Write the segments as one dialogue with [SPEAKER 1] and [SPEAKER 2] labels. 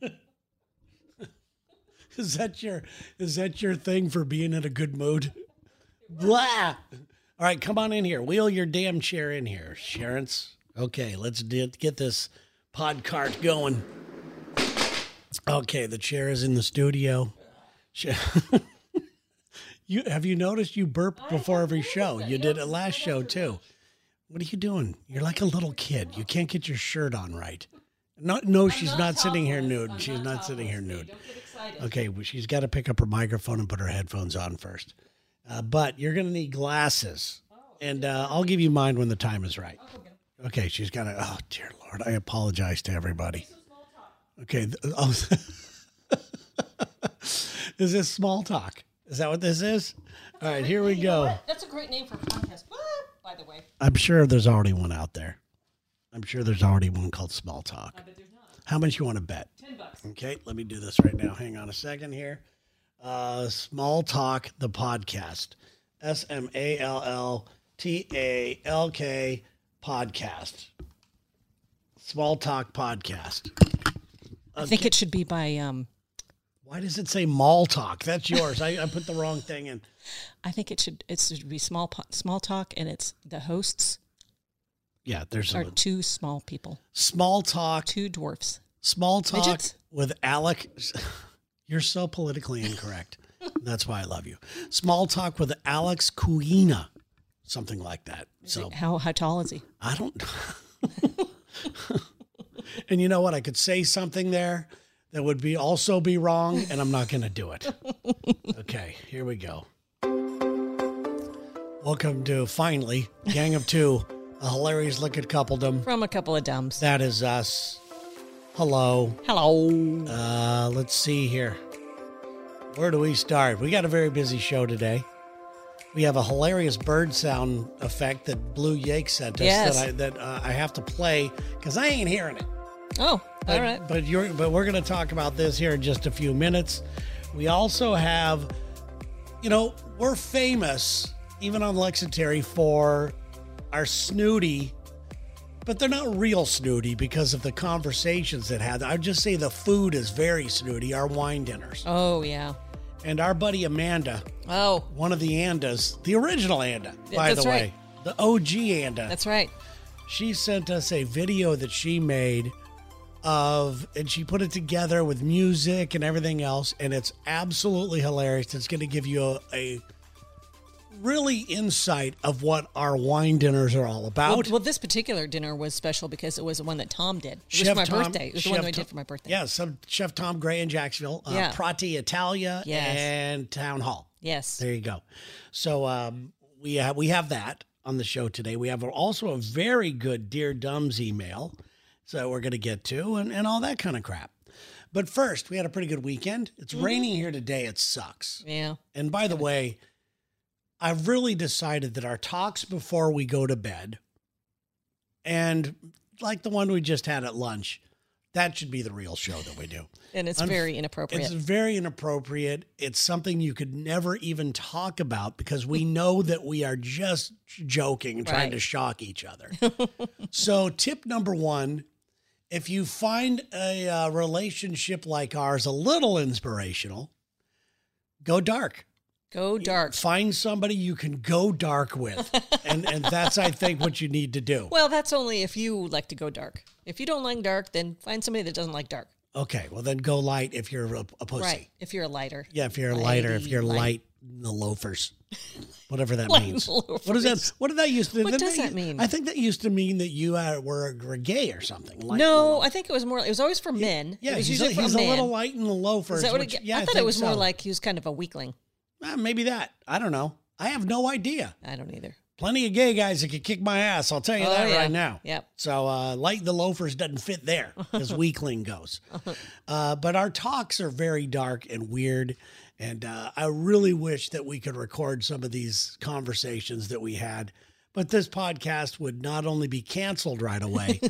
[SPEAKER 1] Is that your is that your thing for being in a good mood? Blah. All right, come on in here. Wheel your damn chair in here, Sharence. Okay, let's di- get this pod cart going. Okay, the chair is in the studio. Sh- you have you noticed you burp before every show? You did it last show too. What are you doing? You're like a little kid. You can't get your shirt on right. No, no, she's not, sitting here
[SPEAKER 2] topless.
[SPEAKER 1] nude.
[SPEAKER 2] I'm
[SPEAKER 1] she's not, sitting here
[SPEAKER 2] topless. Hey,
[SPEAKER 1] nude.
[SPEAKER 2] Don't get excited.
[SPEAKER 1] Okay, well, she's got to pick up her microphone and put her headphones on first. Uh, but you're going to need glasses.
[SPEAKER 2] Oh.
[SPEAKER 1] And uh, I'll give you mine when the time is right. Okay, she's got to. Oh, dear Lord. I apologize to everybody. Okay. th- oh, is this small talk? Is that what this is? All right, here we
[SPEAKER 2] You
[SPEAKER 1] go.
[SPEAKER 2] know what? That's a great name for a podcast. Woo! By the way,
[SPEAKER 1] I'm sure there's already one out there. I'm sure there's already one called Small Talk.
[SPEAKER 2] I bet there's not.
[SPEAKER 1] How much you want to bet?
[SPEAKER 2] Ten bucks.
[SPEAKER 1] Okay, let me do this right now. Hang on a second here. Uh, Small Talk, the podcast. S M A L L T A L K podcast. Small Talk podcast. Uh,
[SPEAKER 2] I think it should be by. Um,
[SPEAKER 1] Why does it say mall talk? That's yours. I, I put the wrong thing in.
[SPEAKER 2] I think it should. It should be small po- small talk, and it's the hosts
[SPEAKER 1] Yeah, there's
[SPEAKER 2] are
[SPEAKER 1] a
[SPEAKER 2] two small people,
[SPEAKER 1] small talk.
[SPEAKER 2] two dwarfs.
[SPEAKER 1] Small talk
[SPEAKER 2] Midgets?
[SPEAKER 1] with Alec. You're so politically incorrect. That's why I love you. Small talk with Alex Kuina, something like that. So
[SPEAKER 2] How how tall is he?
[SPEAKER 1] I don't. and you know what? I could say something there that would be also be wrong, and I'm not going to do it. okay, here we go. Welcome to finally Gang of Two, a hilarious looking coupledom.
[SPEAKER 2] From a couple of dumbs.
[SPEAKER 1] That is us. Hello.
[SPEAKER 2] Hello.
[SPEAKER 1] Uh, let's see here. Where do we start? We got a very busy show today. We have a hilarious bird sound effect that Blue Yake sent us
[SPEAKER 2] Yes.
[SPEAKER 1] that I that uh, I have to play because I ain't hearing it.
[SPEAKER 2] Oh,
[SPEAKER 1] But,
[SPEAKER 2] all right.
[SPEAKER 1] But you're but we're gonna talk about this here in just a few minutes. We also have, you know, we're famous even on Lexitary for our snooty, but they're not real snooty because of the conversations that had. I'd just say the food is very snooty. Our wine dinners
[SPEAKER 2] Oh yeah.
[SPEAKER 1] and our buddy Amanda,
[SPEAKER 2] Oh,
[SPEAKER 1] one of the Andas, the original Anda,
[SPEAKER 2] Yeah,
[SPEAKER 1] by
[SPEAKER 2] that's
[SPEAKER 1] the way,
[SPEAKER 2] right.
[SPEAKER 1] the OG Anda
[SPEAKER 2] that's right.
[SPEAKER 1] she sent us a video that she made of and she put it together with music and everything else and it's absolutely hilarious it's going to give you a, a really insight of what our wine dinners are all
[SPEAKER 2] Well,
[SPEAKER 1] about
[SPEAKER 2] well, this particular dinner was special because it was the one that Tom did. It was
[SPEAKER 1] Chef
[SPEAKER 2] for my
[SPEAKER 1] Tom-
[SPEAKER 2] birthday. It was the one
[SPEAKER 1] Chef
[SPEAKER 2] that I did
[SPEAKER 1] Tom-
[SPEAKER 2] for my birthday.
[SPEAKER 1] yeah some chef tom gray in jacksonville uh,
[SPEAKER 2] Yeah.
[SPEAKER 1] prati italia
[SPEAKER 2] Yes.
[SPEAKER 1] and town hall
[SPEAKER 2] Yes.
[SPEAKER 1] There you go. So um, we have we have that on the show today. We have also a very good dear dumbs email, so we're going to get to and and all that kind of crap. But first, we had a pretty good weekend. It's raining here today. It sucks.
[SPEAKER 2] Yeah.
[SPEAKER 1] And by the way, I've really decided that our talks before we go to bed, and like the one we just had at lunch, that should be the real show that we do.
[SPEAKER 2] And it's
[SPEAKER 1] Unf-
[SPEAKER 2] very inappropriate.
[SPEAKER 1] It's very inappropriate. It's something you could never even talk about because we know that we are just joking and trying
[SPEAKER 2] Right.
[SPEAKER 1] to shock each other. so, tip number one if you find a uh, relationship like ours a little inspirational, go dark.
[SPEAKER 2] Go dark.
[SPEAKER 1] Find somebody you can go dark with. and, and that's, I think, what you need to do.
[SPEAKER 2] Well, that's only if you like to go dark. If you don't like dark, then find somebody that doesn't like dark.
[SPEAKER 1] Okay. Well, then go light if you're a, a pussy.
[SPEAKER 2] Right. If you're a lighter.
[SPEAKER 1] Yeah, if you're lighter, if you're
[SPEAKER 2] Lighty,
[SPEAKER 1] light, the loafers, whatever that
[SPEAKER 2] Light
[SPEAKER 1] means. What does that? What did that used to?
[SPEAKER 2] What
[SPEAKER 1] didn't
[SPEAKER 2] does that mean?
[SPEAKER 1] I think that used to mean that you uh, were, were gay or something. Light and
[SPEAKER 2] No,
[SPEAKER 1] lo-
[SPEAKER 2] I think it was more. It was always for men.
[SPEAKER 1] yeah,
[SPEAKER 2] it was
[SPEAKER 1] he's,
[SPEAKER 2] usually
[SPEAKER 1] a,
[SPEAKER 2] for
[SPEAKER 1] he's a
[SPEAKER 2] men.
[SPEAKER 1] little light in the loafers.
[SPEAKER 2] Is that what it,
[SPEAKER 1] which-
[SPEAKER 2] ge-
[SPEAKER 1] yeah,
[SPEAKER 2] I thought it
[SPEAKER 1] think
[SPEAKER 2] was more
[SPEAKER 1] so.
[SPEAKER 2] like he was kind of a weakling.
[SPEAKER 1] Ah, maybe that. I don't know. I have no idea.
[SPEAKER 2] I don't either.
[SPEAKER 1] Plenty of gay guys that could kick my ass. I'll tell you
[SPEAKER 2] Oh,
[SPEAKER 1] that
[SPEAKER 2] yeah.
[SPEAKER 1] right now.
[SPEAKER 2] Yep.
[SPEAKER 1] So uh, light the loafers doesn't fit there as weakling goes. Uh, but our talks are very dark and weird. And uh, I really wish that we could record some of these conversations that we had. But this podcast would not only be canceled right away,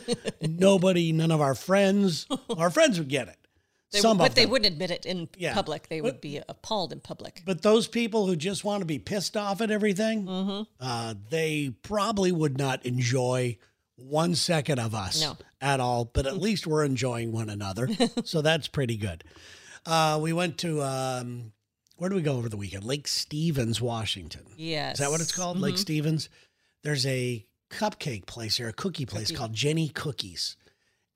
[SPEAKER 1] nobody, none of our friends, our friends would get it.
[SPEAKER 2] They,
[SPEAKER 1] some
[SPEAKER 2] but
[SPEAKER 1] of
[SPEAKER 2] they
[SPEAKER 1] them.
[SPEAKER 2] wouldn't admit it in
[SPEAKER 1] Yeah.
[SPEAKER 2] public. They would be appalled in public.
[SPEAKER 1] But those people who just
[SPEAKER 2] Mm-hmm.
[SPEAKER 1] want to be pissed off at everything, uh, they probably would not enjoy one second of us
[SPEAKER 2] No.
[SPEAKER 1] at all, but at least we're enjoying one another. so that's pretty good. Uh, we went to, um, where do we go over the weekend? Lake Stevens, Washington.
[SPEAKER 2] Yes. Mm-hmm.
[SPEAKER 1] Is that what it's called? Lake Stevens? There's a cupcake place here, a cookie place
[SPEAKER 2] Cookie.
[SPEAKER 1] called Jenny Cookies.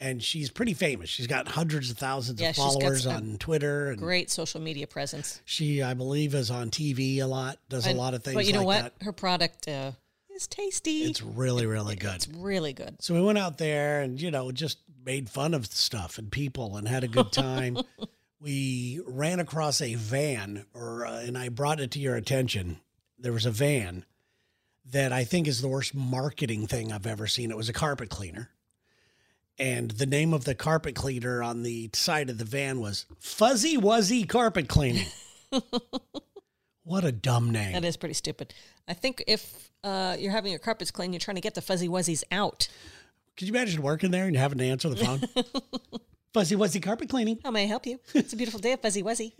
[SPEAKER 1] And she's pretty famous. She's got hundreds of thousands
[SPEAKER 2] Yeah,
[SPEAKER 1] of
[SPEAKER 2] she's got
[SPEAKER 1] followers
[SPEAKER 2] some
[SPEAKER 1] on Twitter. And
[SPEAKER 2] Great social media presence.
[SPEAKER 1] she, I believe, is on TV a lot, does a
[SPEAKER 2] And-
[SPEAKER 1] lot of things
[SPEAKER 2] But you know
[SPEAKER 1] like
[SPEAKER 2] what?
[SPEAKER 1] that.
[SPEAKER 2] Her product uh, is tasty.
[SPEAKER 1] It's really, really good.
[SPEAKER 2] It's really good.
[SPEAKER 1] So we went out there and, you know, just made fun of stuff and people and had a good time. we ran across a van, or uh, and I brought it to your attention. There was a van that I think is the worst marketing thing I've ever seen. It was a carpet cleaner. And the name of the carpet cleaner on the side of the van was Fuzzy Wuzzy Carpet Cleaning. what a dumb name.
[SPEAKER 2] That is pretty stupid. I think if uh, you're having your carpets clean, you're trying to get the fuzzy wuzzies out.
[SPEAKER 1] Could you imagine working there and having to answer the phone? Fuzzy Wuzzy Carpet Cleaning.
[SPEAKER 2] How may I help you? It's a beautiful day, fuzzy wuzzy.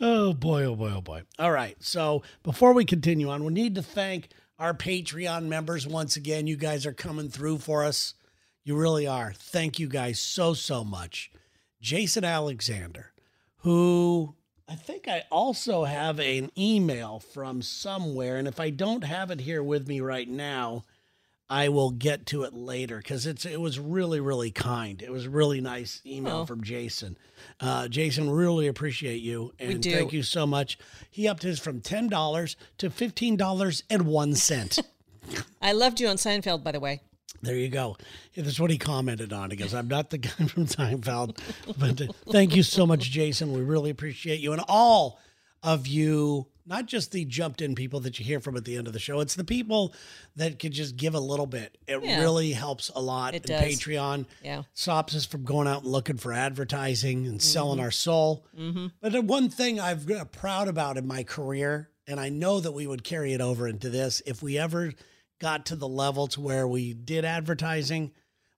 [SPEAKER 1] Oh boy, oh boy, oh boy. All right. So before we continue on, we need to thank our Patreon members once again. You guys are coming through for us. You really are. Thank you guys so, so much. Jason Alexander, who I think I also have an email from somewhere. And if I don't have it here with me right now, I will get to it later because it's it was really really kind. It was a really nice email
[SPEAKER 2] Oh.
[SPEAKER 1] from Jason. Uh, Jason, really appreciate you and
[SPEAKER 2] do.
[SPEAKER 1] thank you so much. He upped his from ten dollars to fifteen dollars and one cent.
[SPEAKER 2] I loved you on Seinfeld, by the way.
[SPEAKER 1] There you go. That's what he commented on. He goes, I'm not the guy from Seinfeld. But uh, thank you so much, Jason. We really appreciate you and all of you, not just the jumped in people that you hear from at the end of the show, it's the people that could just give a little bit. It
[SPEAKER 2] Yeah.
[SPEAKER 1] really helps a lot.
[SPEAKER 2] It
[SPEAKER 1] and
[SPEAKER 2] does.
[SPEAKER 1] Patreon
[SPEAKER 2] Yeah.
[SPEAKER 1] stops us from going out and looking for advertising and selling
[SPEAKER 2] Mm-hmm.
[SPEAKER 1] our soul. But the one thing I've been proud about in my career, and I know that we would carry it over into this, if we ever got to the level to where we did advertising,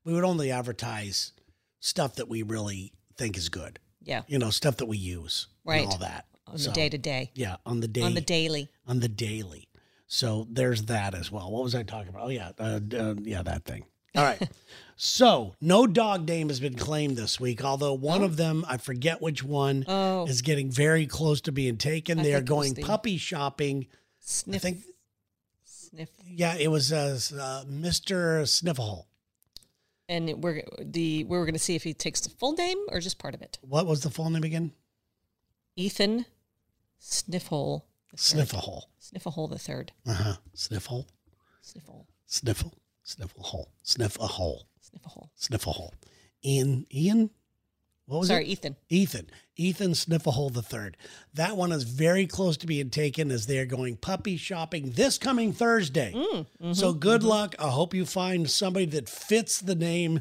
[SPEAKER 1] we would only advertise stuff that we really think is good.
[SPEAKER 2] Yeah.
[SPEAKER 1] You know, stuff that we use.
[SPEAKER 2] Right.
[SPEAKER 1] And all that.
[SPEAKER 2] On
[SPEAKER 1] So,
[SPEAKER 2] the day to day.
[SPEAKER 1] Yeah, on the day
[SPEAKER 2] On the daily.
[SPEAKER 1] on the daily. So there's that as well. What was I talking about? Oh yeah, uh, uh, yeah, that thing. All right. so no dog name has been claimed this week, although one of them, I forget which one,
[SPEAKER 2] Oh,
[SPEAKER 1] is getting very close to being taken.
[SPEAKER 2] I
[SPEAKER 1] they are
[SPEAKER 2] think it was
[SPEAKER 1] going
[SPEAKER 2] the-
[SPEAKER 1] puppy shopping.
[SPEAKER 2] sniff.
[SPEAKER 1] I think,
[SPEAKER 2] sniff.
[SPEAKER 1] yeah, it was uh, s- uh, Mr. Snifflehole.
[SPEAKER 2] And we're the we were going to see if he takes the full name or just part of it.
[SPEAKER 1] What was the full name again?
[SPEAKER 2] Ethan Sniffhole. the third.
[SPEAKER 1] Snifflehole.
[SPEAKER 2] Snifflehole the third.
[SPEAKER 1] Uh huh. Sniffle.
[SPEAKER 2] Sniffle.
[SPEAKER 1] Sniffle. Sniffle hole. Sniff a hole.
[SPEAKER 2] Snifflehole.
[SPEAKER 1] Sniff a hole. Ian. Ian. What was it?
[SPEAKER 2] Sorry, Ethan.
[SPEAKER 1] Ethan, Ethan Snifflehole the third. That one is very close to being taken as they are going puppy shopping this coming Thursday.
[SPEAKER 2] Mm, mm-hmm,
[SPEAKER 1] so good luck. I hope you find somebody that fits the name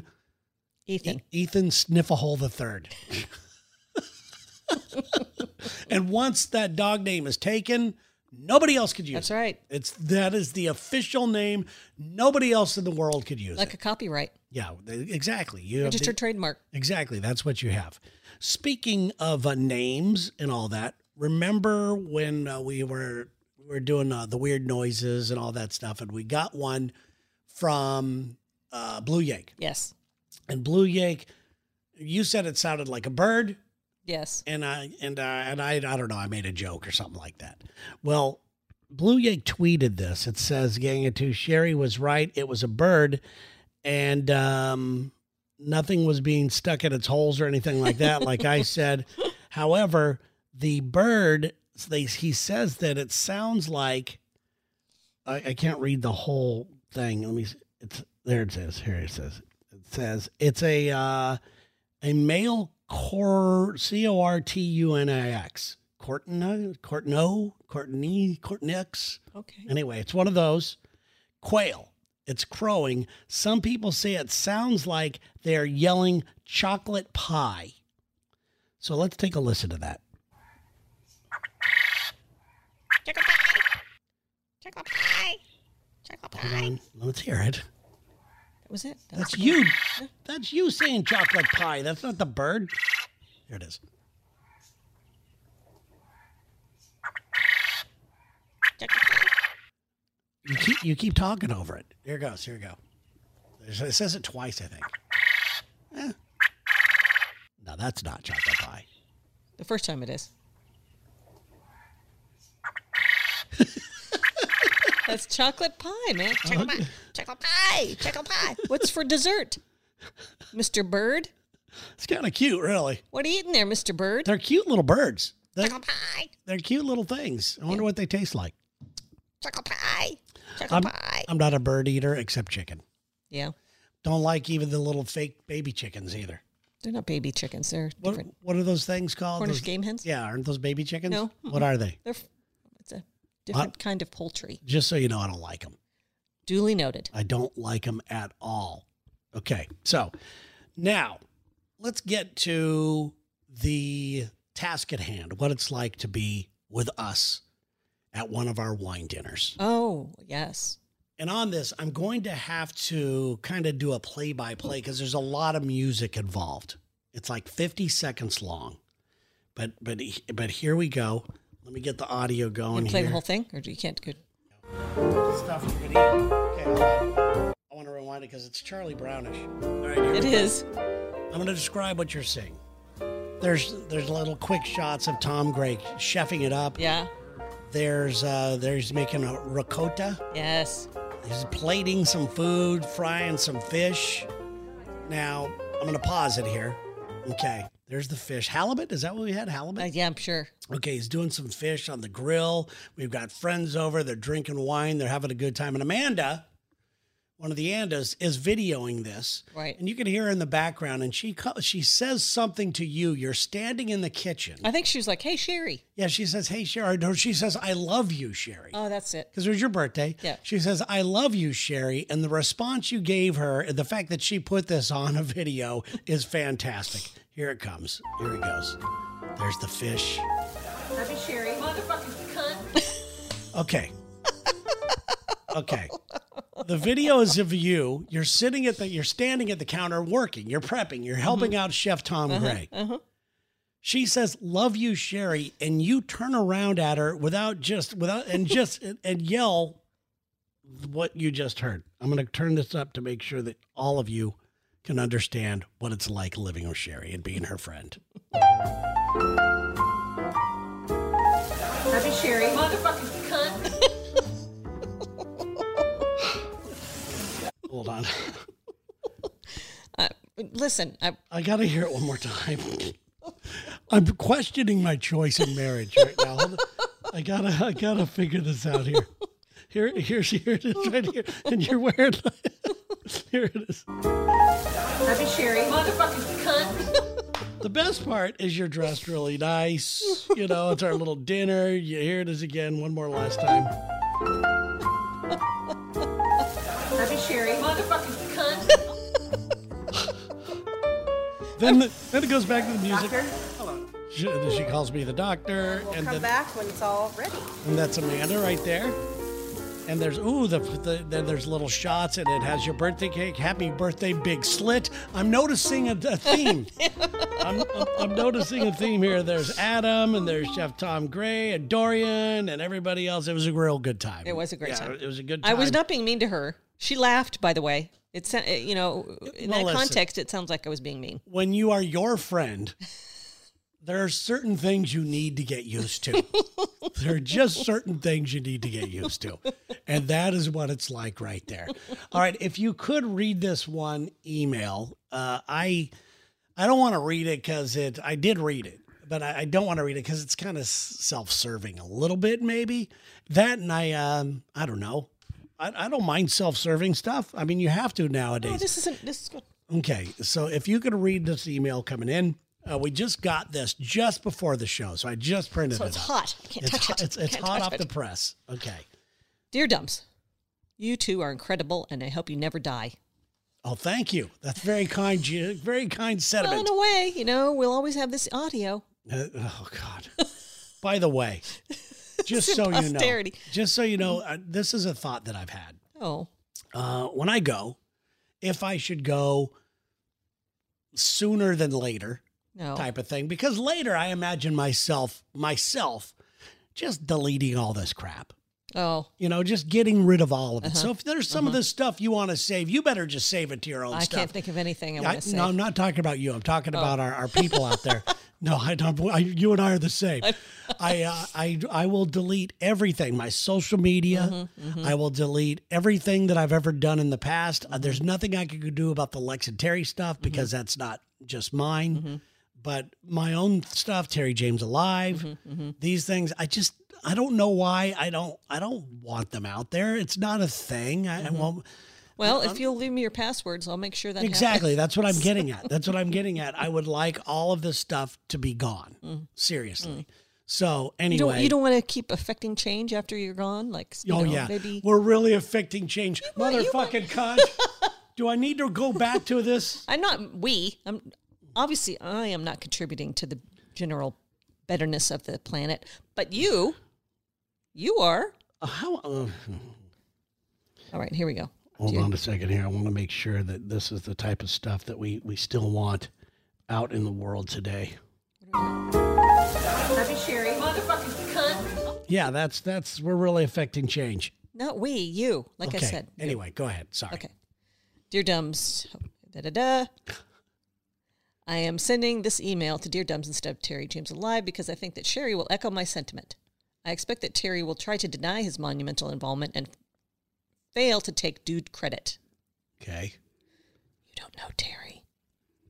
[SPEAKER 2] Ethan.
[SPEAKER 1] E- Ethan Snifflehole the third. and once that dog name is taken, nobody else could use
[SPEAKER 2] That's
[SPEAKER 1] it.
[SPEAKER 2] right.
[SPEAKER 1] It's that is the official name. Nobody else in the world could use
[SPEAKER 2] Like
[SPEAKER 1] it.
[SPEAKER 2] a copyright.
[SPEAKER 1] Yeah, exactly. You have the-
[SPEAKER 2] Registered trademark.
[SPEAKER 1] Exactly. That's what you have. Speaking of uh, names and all that, remember when uh, we were we were doing uh, the weird noises and all that stuff, and we got one from uh, Blue Yank.
[SPEAKER 2] Yes.
[SPEAKER 1] And Blue Yank, you said it sounded like a bird,
[SPEAKER 2] Yes.
[SPEAKER 1] and I and I and I I don't know. I made a joke or something like that. Well. Blue Yank tweeted this. It says, Gang of Two, Sherry was right. It was a bird. And um, nothing was being stuck in its holes or anything like that, like I said. However, the bird, they, he says that it sounds like I, I can't read the whole thing. Let me. s- It's there. It says here. It says it says it's a uh, a male cor c o r t u n i x cortino cortino cortini cortinix.
[SPEAKER 2] Okay.
[SPEAKER 1] Anyway, it's one of those. Quail. It's crowing. Some people say it sounds like they're yelling chocolate pie. So let's take a listen to that.
[SPEAKER 3] Chocolate pie. Chocolate pie. Chocolate
[SPEAKER 1] Hold
[SPEAKER 3] pie.
[SPEAKER 1] on. Let's hear it.
[SPEAKER 2] That was it. That was
[SPEAKER 1] That's you. That's you saying chocolate pie. That's not the bird. Here it is.
[SPEAKER 3] Chocolate pie.
[SPEAKER 1] You keep you keep talking over it. Here it goes. Here it go. There's- It says it twice, I think. Eh. No, that's not chocolate pie.
[SPEAKER 2] The first time it is. That's chocolate pie, man.
[SPEAKER 3] Chocolate pie. Chocolate pie. Chocolate pie.
[SPEAKER 2] What's for dessert? Mr. Bird?
[SPEAKER 1] It's kind of cute, really.
[SPEAKER 2] What are you eating there, Mr. Bird?
[SPEAKER 1] They're cute little birds. They're,
[SPEAKER 3] Chocolate pie.
[SPEAKER 1] they're cute little things. I wonder what they taste like.
[SPEAKER 3] Chocolate pie.
[SPEAKER 1] I'm,
[SPEAKER 3] Chocolate pie.
[SPEAKER 1] I'm not a bird eater except chicken.
[SPEAKER 2] Yeah.
[SPEAKER 1] Don't like even the little fake baby chickens either.
[SPEAKER 2] They're not baby chickens. They're
[SPEAKER 1] What,
[SPEAKER 2] different.
[SPEAKER 1] what are those things called?
[SPEAKER 2] Cornish
[SPEAKER 1] Those-
[SPEAKER 2] game hens?
[SPEAKER 1] Yeah, aren't those baby chickens?
[SPEAKER 2] No.
[SPEAKER 1] What are they?
[SPEAKER 2] They're f- it's a different kind of poultry.
[SPEAKER 1] Just so you know, I don't like them.
[SPEAKER 2] Duly noted.
[SPEAKER 1] I don't like them at all. Okay, so now let's get to the task at hand what it's like to be with us at one of our wine dinners.
[SPEAKER 2] Oh, yes.
[SPEAKER 1] And on this, I'm going to have to kind of do a play by play because there's a lot of music involved. It's like 50 seconds long. But but but here we go. Let me get the audio
[SPEAKER 2] You
[SPEAKER 1] going
[SPEAKER 2] play the
[SPEAKER 1] here.
[SPEAKER 2] whole thing, or do you can't? Good.
[SPEAKER 1] stuff you could eat. Okay, hold on. I want to rewind it because it's Charlie Brownish. All right, here we
[SPEAKER 2] It
[SPEAKER 1] go.
[SPEAKER 2] is.
[SPEAKER 1] I'm going to describe what you're seeing. There's there's little quick shots of Tom Gray chefing it up.
[SPEAKER 2] Yeah.
[SPEAKER 1] There's uh there's making a ricotta.
[SPEAKER 2] Yes. Uh,
[SPEAKER 1] He's plating some food, frying some fish. Now I'm going to pause it here. Okay, there's the fish. Halibut? Is that what we had? Halibut?
[SPEAKER 2] Uh, yeah, I'm sure.
[SPEAKER 1] Okay, he's doing some fish on the grill. We've got friends over. They're drinking wine. They're having a good time. And Amanda, one of the Andas, is videoing this.
[SPEAKER 2] Right.
[SPEAKER 1] And you can hear her in the background. And she co- she says something to you. You're standing in the kitchen.
[SPEAKER 2] I think she was like, "Hey, Sherry."
[SPEAKER 1] yeah, she says, "Hey, Sherry." No, she says, "I love you, Sherry."
[SPEAKER 2] Oh, that's it.
[SPEAKER 1] because it was your birthday.
[SPEAKER 2] Yeah.
[SPEAKER 1] She says, I love you, Sherry. And the response you gave her, and the fact that she put this on a video is fantastic. Here it comes. Here it goes. There's the fish. Okay. Okay. The video is of you. You're sitting at the you're standing at the counter working. You're prepping. You're helping out Chef Tom Gray. She says, "Love you, Sherry," and you turn around at her without just without and just and yell what you just heard. I'm going to turn this up to make sure that all of you can understand what it's like living with Sherry and being her friend.
[SPEAKER 4] Happy Sherry. Motherfucking cunt.
[SPEAKER 1] Hold on.
[SPEAKER 2] Uh, listen, I,
[SPEAKER 1] I got to hear it one more time. I'm questioning my choice in marriage right now. Hold on. I gotta, I gotta figure this out here. Here, here, she- here it is right here, and you're wearing. here it is.
[SPEAKER 4] Happy Sherry. Motherfucking cunt.
[SPEAKER 1] The best part is you're dressed really nice. You know, it's our little dinner. You here it is again, one more last time.
[SPEAKER 4] Happy Sherry. Motherfucking cunt.
[SPEAKER 1] Then, the, then it goes back to the music.
[SPEAKER 5] Doctor,
[SPEAKER 1] She, she calls me the doctor,
[SPEAKER 5] we'll
[SPEAKER 1] and
[SPEAKER 5] come
[SPEAKER 1] then
[SPEAKER 5] back when it's all ready.
[SPEAKER 1] And that's Amanda right there. And there's ooh, the, the, then there's little shots, and it has your birthday cake. Happy birthday, big slit. I'm noticing a, a theme. I'm, I'm, I'm noticing a theme here. There's Adam, and there's Chef Tom Gray, and Dorian, and everybody else. It was a real good time.
[SPEAKER 2] It was a great
[SPEAKER 1] Yeah,
[SPEAKER 2] time.
[SPEAKER 1] It was a good time.
[SPEAKER 2] I was not being mean to her. She laughed, by the way. It sa- it- you know, in
[SPEAKER 1] Well,
[SPEAKER 2] that
[SPEAKER 1] listen.
[SPEAKER 2] context, it sounds like I was being mean.
[SPEAKER 1] When you are your friend, there are certain things you need to get used to. there are just certain things you need to get used to. And that is what it's like right there. All right. If you could read this one email, uh, I I don't want to read it because it I did read it, but I, I don't want to read it because it's kind of self-serving a little bit, maybe. That and I um I don't know. I, I don't mind self-serving stuff. I mean, you have to nowadays.
[SPEAKER 2] Oh, this isn't. This is good.
[SPEAKER 1] Okay, so if you could read this email coming in, uh, we just got this just before the show, so I just printed
[SPEAKER 2] So
[SPEAKER 1] it.
[SPEAKER 2] it's
[SPEAKER 1] up.
[SPEAKER 2] hot. I can't
[SPEAKER 1] It's
[SPEAKER 2] touch
[SPEAKER 1] hot,
[SPEAKER 2] it.
[SPEAKER 1] it's, it's
[SPEAKER 2] Can't
[SPEAKER 1] hot
[SPEAKER 2] touch
[SPEAKER 1] off
[SPEAKER 2] it.
[SPEAKER 1] the press. Okay.
[SPEAKER 2] Dear Dumps, you two are incredible, and I hope you never die.
[SPEAKER 1] Oh, thank you. That's very kind. Ju- Very kind
[SPEAKER 2] Well,
[SPEAKER 1] sentiment.
[SPEAKER 2] in a way, you know, we'll always have this audio.
[SPEAKER 1] Uh, oh God. By the way, just so you know,
[SPEAKER 2] posterity.
[SPEAKER 1] just so you know, uh, this is a thought that I've had.
[SPEAKER 2] Oh,
[SPEAKER 1] uh, when I go, if I should go sooner than later
[SPEAKER 2] no.
[SPEAKER 1] type of thing, because later I imagine myself myself just deleting all this crap.
[SPEAKER 2] Oh,
[SPEAKER 1] You know, just getting rid of all of
[SPEAKER 2] Uh-huh.
[SPEAKER 1] it. So if there's some of this stuff you want to save, you better just save it to your own
[SPEAKER 2] I
[SPEAKER 1] stuff.
[SPEAKER 2] can't think of anything I
[SPEAKER 1] I,
[SPEAKER 2] want to say.
[SPEAKER 1] no, I'm Oh. not talking about you. I'm talking about our, our people out there. No, I don't. I, you and I are the same. I, uh, I I will delete everything. My social media. I will delete everything that I've ever done in the past. Uh, there's nothing I could do about the Lex and Terry stuff because that's not just mine, but my own stuff. Terry James Alive. These things. I just. I don't know why I don't. I don't want them out there. It's not a thing. I, I won't.
[SPEAKER 2] Well, if you'll leave me your passwords, I'll make sure that
[SPEAKER 1] Uh-huh. Exactly. That's what I'm getting at. That's what I'm getting at. I would like all of this stuff to be gone. Seriously. So
[SPEAKER 2] happens. Mm. You
[SPEAKER 1] anyway.
[SPEAKER 2] don't, you don't want to keep affecting change after you're gone, like you
[SPEAKER 1] Oh
[SPEAKER 2] know,
[SPEAKER 1] yeah.
[SPEAKER 2] maybe.
[SPEAKER 1] We're really affecting change.
[SPEAKER 2] might- you might-
[SPEAKER 1] Motherfucking cunt. Do I need to go back to this?
[SPEAKER 2] I'm not we. I'm obviously I am not contributing to the general betterness of the planet, but you, you are.
[SPEAKER 1] How? Uh,
[SPEAKER 2] All right, here we go.
[SPEAKER 1] hold on a second here. I want to make sure that this is the type of stuff that we we still want out in the world today.
[SPEAKER 4] Happy Sherry. Motherfucking cunt.
[SPEAKER 1] Yeah, that's that's we're really affecting change.
[SPEAKER 2] Not we, you. Like
[SPEAKER 1] Okay.
[SPEAKER 2] I said. you.
[SPEAKER 1] anyway, go ahead. Sorry.
[SPEAKER 2] Okay. Dear Dumbs, da da da. I am sending this email to Dear Dumbs instead of Terry James Alive because I think that Sherry will echo my sentiment. I expect that Terry will try to deny his monumental involvement and fail to take due credit.
[SPEAKER 1] Okay.
[SPEAKER 2] You don't know Terry.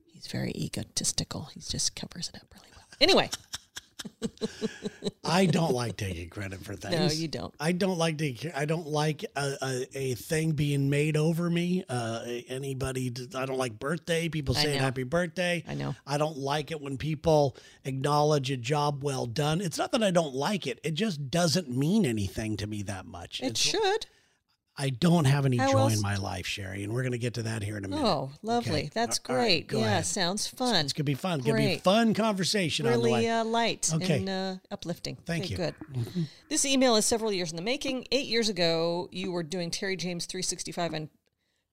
[SPEAKER 2] He's very egotistical. He just covers it up really well. Anyway,
[SPEAKER 1] I don't like taking credit for things.
[SPEAKER 2] no, you don't.
[SPEAKER 1] I don't like to. I don't like a, a, a thing being made over me. Uh, anybody. I don't like birthday. People
[SPEAKER 2] I
[SPEAKER 1] saying
[SPEAKER 2] know.
[SPEAKER 1] happy birthday.
[SPEAKER 2] I know.
[SPEAKER 1] I don't like it when people acknowledge a job well done. It's not that I don't like it. It just doesn't mean anything to me that much.
[SPEAKER 2] It
[SPEAKER 1] It's-
[SPEAKER 2] should.
[SPEAKER 1] I don't have any
[SPEAKER 2] How
[SPEAKER 1] joy
[SPEAKER 2] else-
[SPEAKER 1] in my life, Sherry, and we're gonna get to that here in a minute.
[SPEAKER 2] Oh, lovely.
[SPEAKER 1] Okay.
[SPEAKER 2] That's
[SPEAKER 1] All right,
[SPEAKER 2] great.
[SPEAKER 1] go
[SPEAKER 2] yeah,
[SPEAKER 1] ahead.
[SPEAKER 2] sounds fun.
[SPEAKER 1] It's gonna be fun. It's gonna be a
[SPEAKER 2] Great.
[SPEAKER 1] fun conversation on the way.
[SPEAKER 2] really uh, light
[SPEAKER 1] Okay.
[SPEAKER 2] and uh, uplifting.
[SPEAKER 1] Thank
[SPEAKER 2] Okay,
[SPEAKER 1] you. Mm-hmm.
[SPEAKER 2] Good. This email is several years in the making. Eight years ago, you were doing Terry James 365 on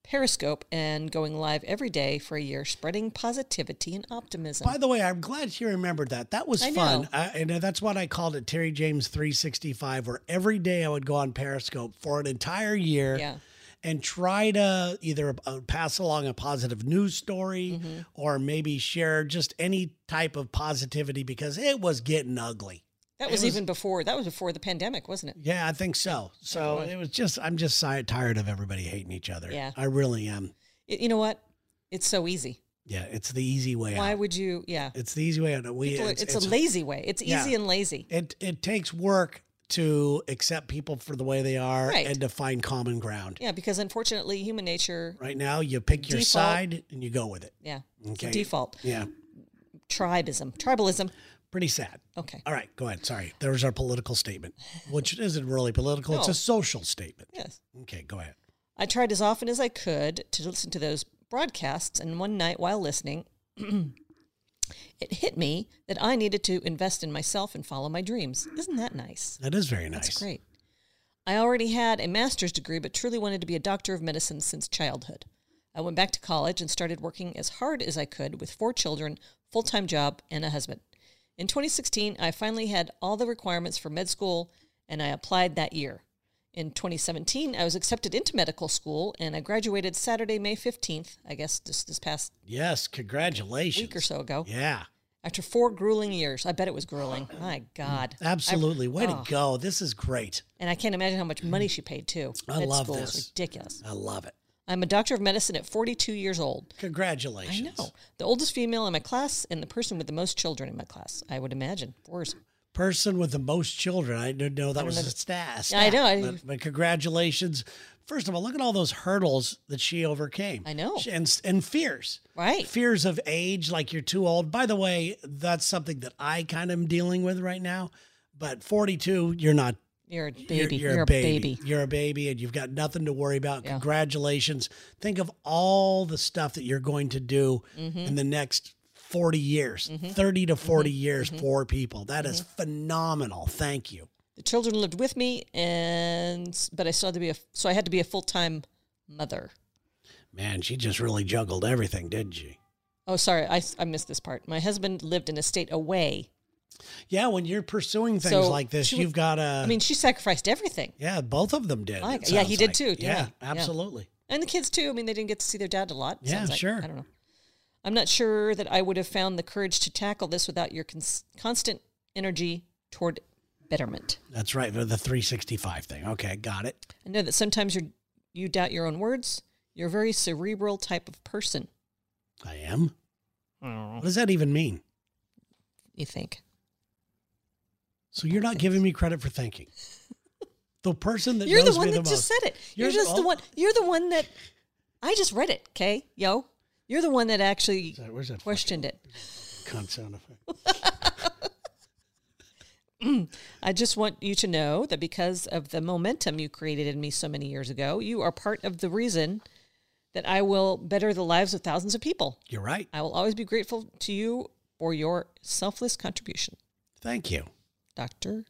[SPEAKER 2] Periscope and going live every day for a year, spreading positivity and optimism.
[SPEAKER 1] By the way, I'm glad she remembered that. That was
[SPEAKER 2] I
[SPEAKER 1] fun.
[SPEAKER 2] know.
[SPEAKER 1] I, and uh, that's what I called it Terry James 365, where every day I would go on Periscope for an entire year
[SPEAKER 2] yeah.
[SPEAKER 1] and try to either uh, pass along a positive news story
[SPEAKER 2] Mm-hmm.
[SPEAKER 1] or maybe share just any type of positivity because it was getting ugly.
[SPEAKER 2] That was, even before that was before the pandemic, wasn't it?
[SPEAKER 1] Yeah, I think so. So it was just, I'm just si- tired of everybody hating each other.
[SPEAKER 2] Yeah.
[SPEAKER 1] I really am.
[SPEAKER 2] Y- you know what? It's so easy.
[SPEAKER 1] Yeah, it's the easy way
[SPEAKER 2] Why
[SPEAKER 1] out.
[SPEAKER 2] would you? Yeah.
[SPEAKER 1] It's the easy way out. We,
[SPEAKER 2] People are- it's, a lazy way. It's easy
[SPEAKER 1] Yeah.
[SPEAKER 2] and lazy.
[SPEAKER 1] it it takes work to accept people for the way they are
[SPEAKER 2] Right.
[SPEAKER 1] and to find common ground.
[SPEAKER 2] Yeah, because unfortunately, human nature.
[SPEAKER 1] Right now, you pick your
[SPEAKER 2] Default.
[SPEAKER 1] side and you go with it.
[SPEAKER 2] Yeah. It's a
[SPEAKER 1] Okay.
[SPEAKER 2] default.
[SPEAKER 1] Yeah,
[SPEAKER 2] Tribism. Tribalism.
[SPEAKER 1] pretty sad.
[SPEAKER 2] Okay.
[SPEAKER 1] All right, go ahead. Sorry, there was our political statement, which isn't really political. It's
[SPEAKER 2] No.
[SPEAKER 1] a social statement.
[SPEAKER 2] Yes.
[SPEAKER 1] Okay, go ahead.
[SPEAKER 2] I tried as often as I could to listen to those broadcasts, and one night while listening, it hit me that I needed to invest in myself and follow my dreams. Isn't that nice?
[SPEAKER 1] That is very nice.
[SPEAKER 2] That's great. I already had a master's degree, but truly wanted to be a doctor of medicine since childhood. I went back to college and started working as hard as I could with four children, full time job, and a husband. In 2016, I finally had all the requirements for med school and I applied that year. In 2017, I was accepted into medical school and I graduated Saturday, May 15th, I guess just this past
[SPEAKER 1] Yes, congratulations.
[SPEAKER 2] week or so ago,
[SPEAKER 1] Yeah,
[SPEAKER 2] after four grueling years. I bet it was grueling. My God.
[SPEAKER 1] absolutely. way
[SPEAKER 2] oh.
[SPEAKER 1] to go. This is great.
[SPEAKER 2] And I can't imagine how much money she paid too.
[SPEAKER 1] I
[SPEAKER 2] Med
[SPEAKER 1] love
[SPEAKER 2] school is
[SPEAKER 1] this.
[SPEAKER 2] ridiculous.
[SPEAKER 1] I love it.
[SPEAKER 2] I'm a doctor of medicine at 42 years old. I
[SPEAKER 1] Congratulations.
[SPEAKER 2] know. The oldest female in my class and the person with the most children in my class, I would imagine. Four is-
[SPEAKER 1] person with the most children. I didn't know that was a stat. a stat,
[SPEAKER 2] I know, I-
[SPEAKER 1] but, but congratulations. First of all, look at all those hurdles that she overcame.
[SPEAKER 2] I know.
[SPEAKER 1] She- And, and fears.
[SPEAKER 2] Right.
[SPEAKER 1] Fears of age, like you're too old. By the way, that's something that I kind of am dealing with right now. But 42, you're not.
[SPEAKER 2] You're a baby.
[SPEAKER 1] You're,
[SPEAKER 2] You're,
[SPEAKER 1] you're
[SPEAKER 2] a baby.
[SPEAKER 1] You're a baby, and you've got nothing to worry about. Congratulations. Think of all the stuff that you're going to do
[SPEAKER 2] Mm-hmm.
[SPEAKER 1] in the next 40 years, 30 to 40 years
[SPEAKER 2] Mm-hmm.
[SPEAKER 1] for people. That is phenomenal. Thank you.
[SPEAKER 2] The children lived with me, and but I still had to be a so I had to be a full time mother.
[SPEAKER 1] Man, she just really juggled everything, didn't she?
[SPEAKER 2] Oh, sorry, I, I missed this part. My husband lived in a state away
[SPEAKER 1] Yeah, when you're pursuing things
[SPEAKER 2] So
[SPEAKER 1] like this,
[SPEAKER 2] she w-
[SPEAKER 1] you've got to.
[SPEAKER 2] I mean, she sacrificed everything.
[SPEAKER 1] yeah, both of them did.
[SPEAKER 2] Like-
[SPEAKER 1] it
[SPEAKER 2] yeah, he
[SPEAKER 1] sounds
[SPEAKER 2] did
[SPEAKER 1] like.
[SPEAKER 2] too, didn't
[SPEAKER 1] Yeah,
[SPEAKER 2] he? Yeah.
[SPEAKER 1] absolutely.
[SPEAKER 2] And the kids too. I mean, they didn't get to see their dad a lot. it
[SPEAKER 1] Yeah,
[SPEAKER 2] sounds like.
[SPEAKER 1] sure.
[SPEAKER 2] I don't know. I'm not sure that I would have found the courage to tackle this without your cons- constant energy toward betterment.
[SPEAKER 1] That's right. The 365 thing. Okay, got it.
[SPEAKER 2] I know that sometimes you you doubt your own words. You're a very cerebral type of person.
[SPEAKER 1] I am. What does that even mean?
[SPEAKER 2] You think?
[SPEAKER 1] So you're not giving me credit for thinking. The person that
[SPEAKER 2] You're the
[SPEAKER 1] knows
[SPEAKER 2] one
[SPEAKER 1] me
[SPEAKER 2] that
[SPEAKER 1] the
[SPEAKER 2] just
[SPEAKER 1] most.
[SPEAKER 2] said it. You're,
[SPEAKER 1] You're the-
[SPEAKER 2] just the,
[SPEAKER 1] oh.
[SPEAKER 2] one. You're the one that I just read it. Okay, yo, you're the one that actually
[SPEAKER 1] Sorry, Where's that
[SPEAKER 2] questioned it.
[SPEAKER 1] cunt sound effect?
[SPEAKER 2] I just want you to know that because of the momentum you created in me so many years ago, you are part of the reason that I will better the lives of thousands of people.
[SPEAKER 1] You're right.
[SPEAKER 2] I will always be grateful to you for your selfless contribution,
[SPEAKER 1] Thank you.
[SPEAKER 2] Doctor.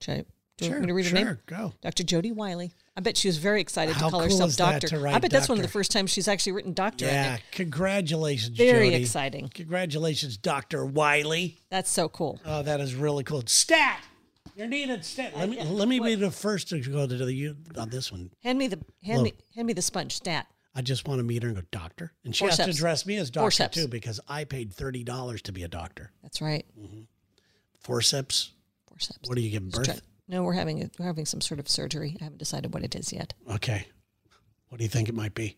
[SPEAKER 2] Should I, do you
[SPEAKER 1] Sure.
[SPEAKER 2] want me to read her
[SPEAKER 1] sure.
[SPEAKER 2] name?
[SPEAKER 1] Go.
[SPEAKER 2] Dr. Jody Wiley. I bet she was very excited
[SPEAKER 1] How
[SPEAKER 2] to call
[SPEAKER 1] cool
[SPEAKER 2] herself
[SPEAKER 1] is that
[SPEAKER 2] doctor.
[SPEAKER 1] to write
[SPEAKER 2] I bet that's one of the
[SPEAKER 1] doctor?
[SPEAKER 2] first times she's actually written doctor. in
[SPEAKER 1] Yeah.
[SPEAKER 2] it.
[SPEAKER 1] Congratulations,
[SPEAKER 2] Very
[SPEAKER 1] Jody.
[SPEAKER 2] exciting.
[SPEAKER 1] Congratulations, Dr. Wiley.
[SPEAKER 2] That's so cool.
[SPEAKER 1] Oh, that is really cool. Stat. You're needed stat. Let me let me be the first to go to the you on this one.
[SPEAKER 2] Hand me the hand
[SPEAKER 1] Look.
[SPEAKER 2] me hand me the sponge stat.
[SPEAKER 1] I just want to meet her and go, doctor. And she has to
[SPEAKER 2] Forceps.
[SPEAKER 1] address me as doctor
[SPEAKER 2] Forceps.
[SPEAKER 1] too, because I paid thirty dollars to be a doctor.
[SPEAKER 2] That's right.
[SPEAKER 1] Forceps.
[SPEAKER 2] Forceps.
[SPEAKER 1] What are you giving birth?
[SPEAKER 2] Try- No, we're having a, we're having some sort of surgery. I haven't decided what it is yet.
[SPEAKER 1] Okay. What do you think it might be?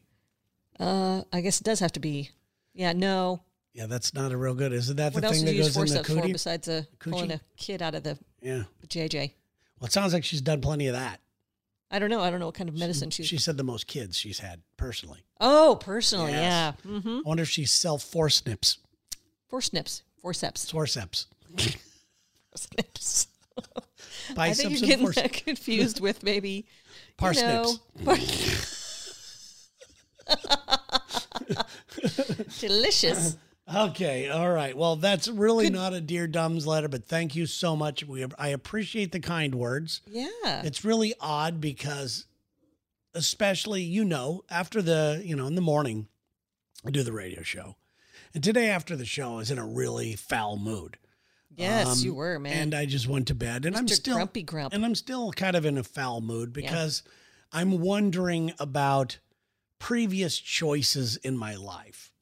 [SPEAKER 2] Uh, I guess it does have to be. Yeah, no.
[SPEAKER 1] Yeah, that's not a real good. Isn't that
[SPEAKER 2] What
[SPEAKER 1] the
[SPEAKER 2] else
[SPEAKER 1] thing
[SPEAKER 2] do
[SPEAKER 1] that
[SPEAKER 2] you use
[SPEAKER 1] goes in the
[SPEAKER 2] forceps for
[SPEAKER 1] cootie?
[SPEAKER 2] besides a, pulling
[SPEAKER 1] coochie?
[SPEAKER 2] a kid out of the
[SPEAKER 1] Yeah.
[SPEAKER 2] JJ?
[SPEAKER 1] Well, it sounds like she's done plenty of that.
[SPEAKER 2] I don't know. I don't know what kind of medicine she's.
[SPEAKER 1] She said the most kids she's had personally.
[SPEAKER 2] oh, personally,
[SPEAKER 1] Yes.
[SPEAKER 2] yeah. Mm-hmm.
[SPEAKER 1] I wonder if she's self forceps.
[SPEAKER 2] Forceps, forceps,
[SPEAKER 1] Forceps.
[SPEAKER 2] forceps. I
[SPEAKER 1] Biceps
[SPEAKER 2] think you're getting
[SPEAKER 1] and forceps.
[SPEAKER 2] that confused with maybe
[SPEAKER 1] Parsnips.
[SPEAKER 2] You know, delicious.
[SPEAKER 1] Okay, all right. Well, that's really
[SPEAKER 2] Good-
[SPEAKER 1] not a dear dumbs letter, but thank you so much. We I appreciate the kind words.
[SPEAKER 2] Yeah.
[SPEAKER 1] It's really odd because, especially you know, after the you know in the morning, I do the radio show, and today after the show I was in a really foul mood.
[SPEAKER 2] Yes,
[SPEAKER 1] Um,
[SPEAKER 2] you were, man.
[SPEAKER 1] And I just went to bed, and I'm
[SPEAKER 2] Mr.
[SPEAKER 1] still
[SPEAKER 2] Grumpy Grump.
[SPEAKER 1] and I'm still kind of in a foul mood because I'm wondering about previous choices in my life,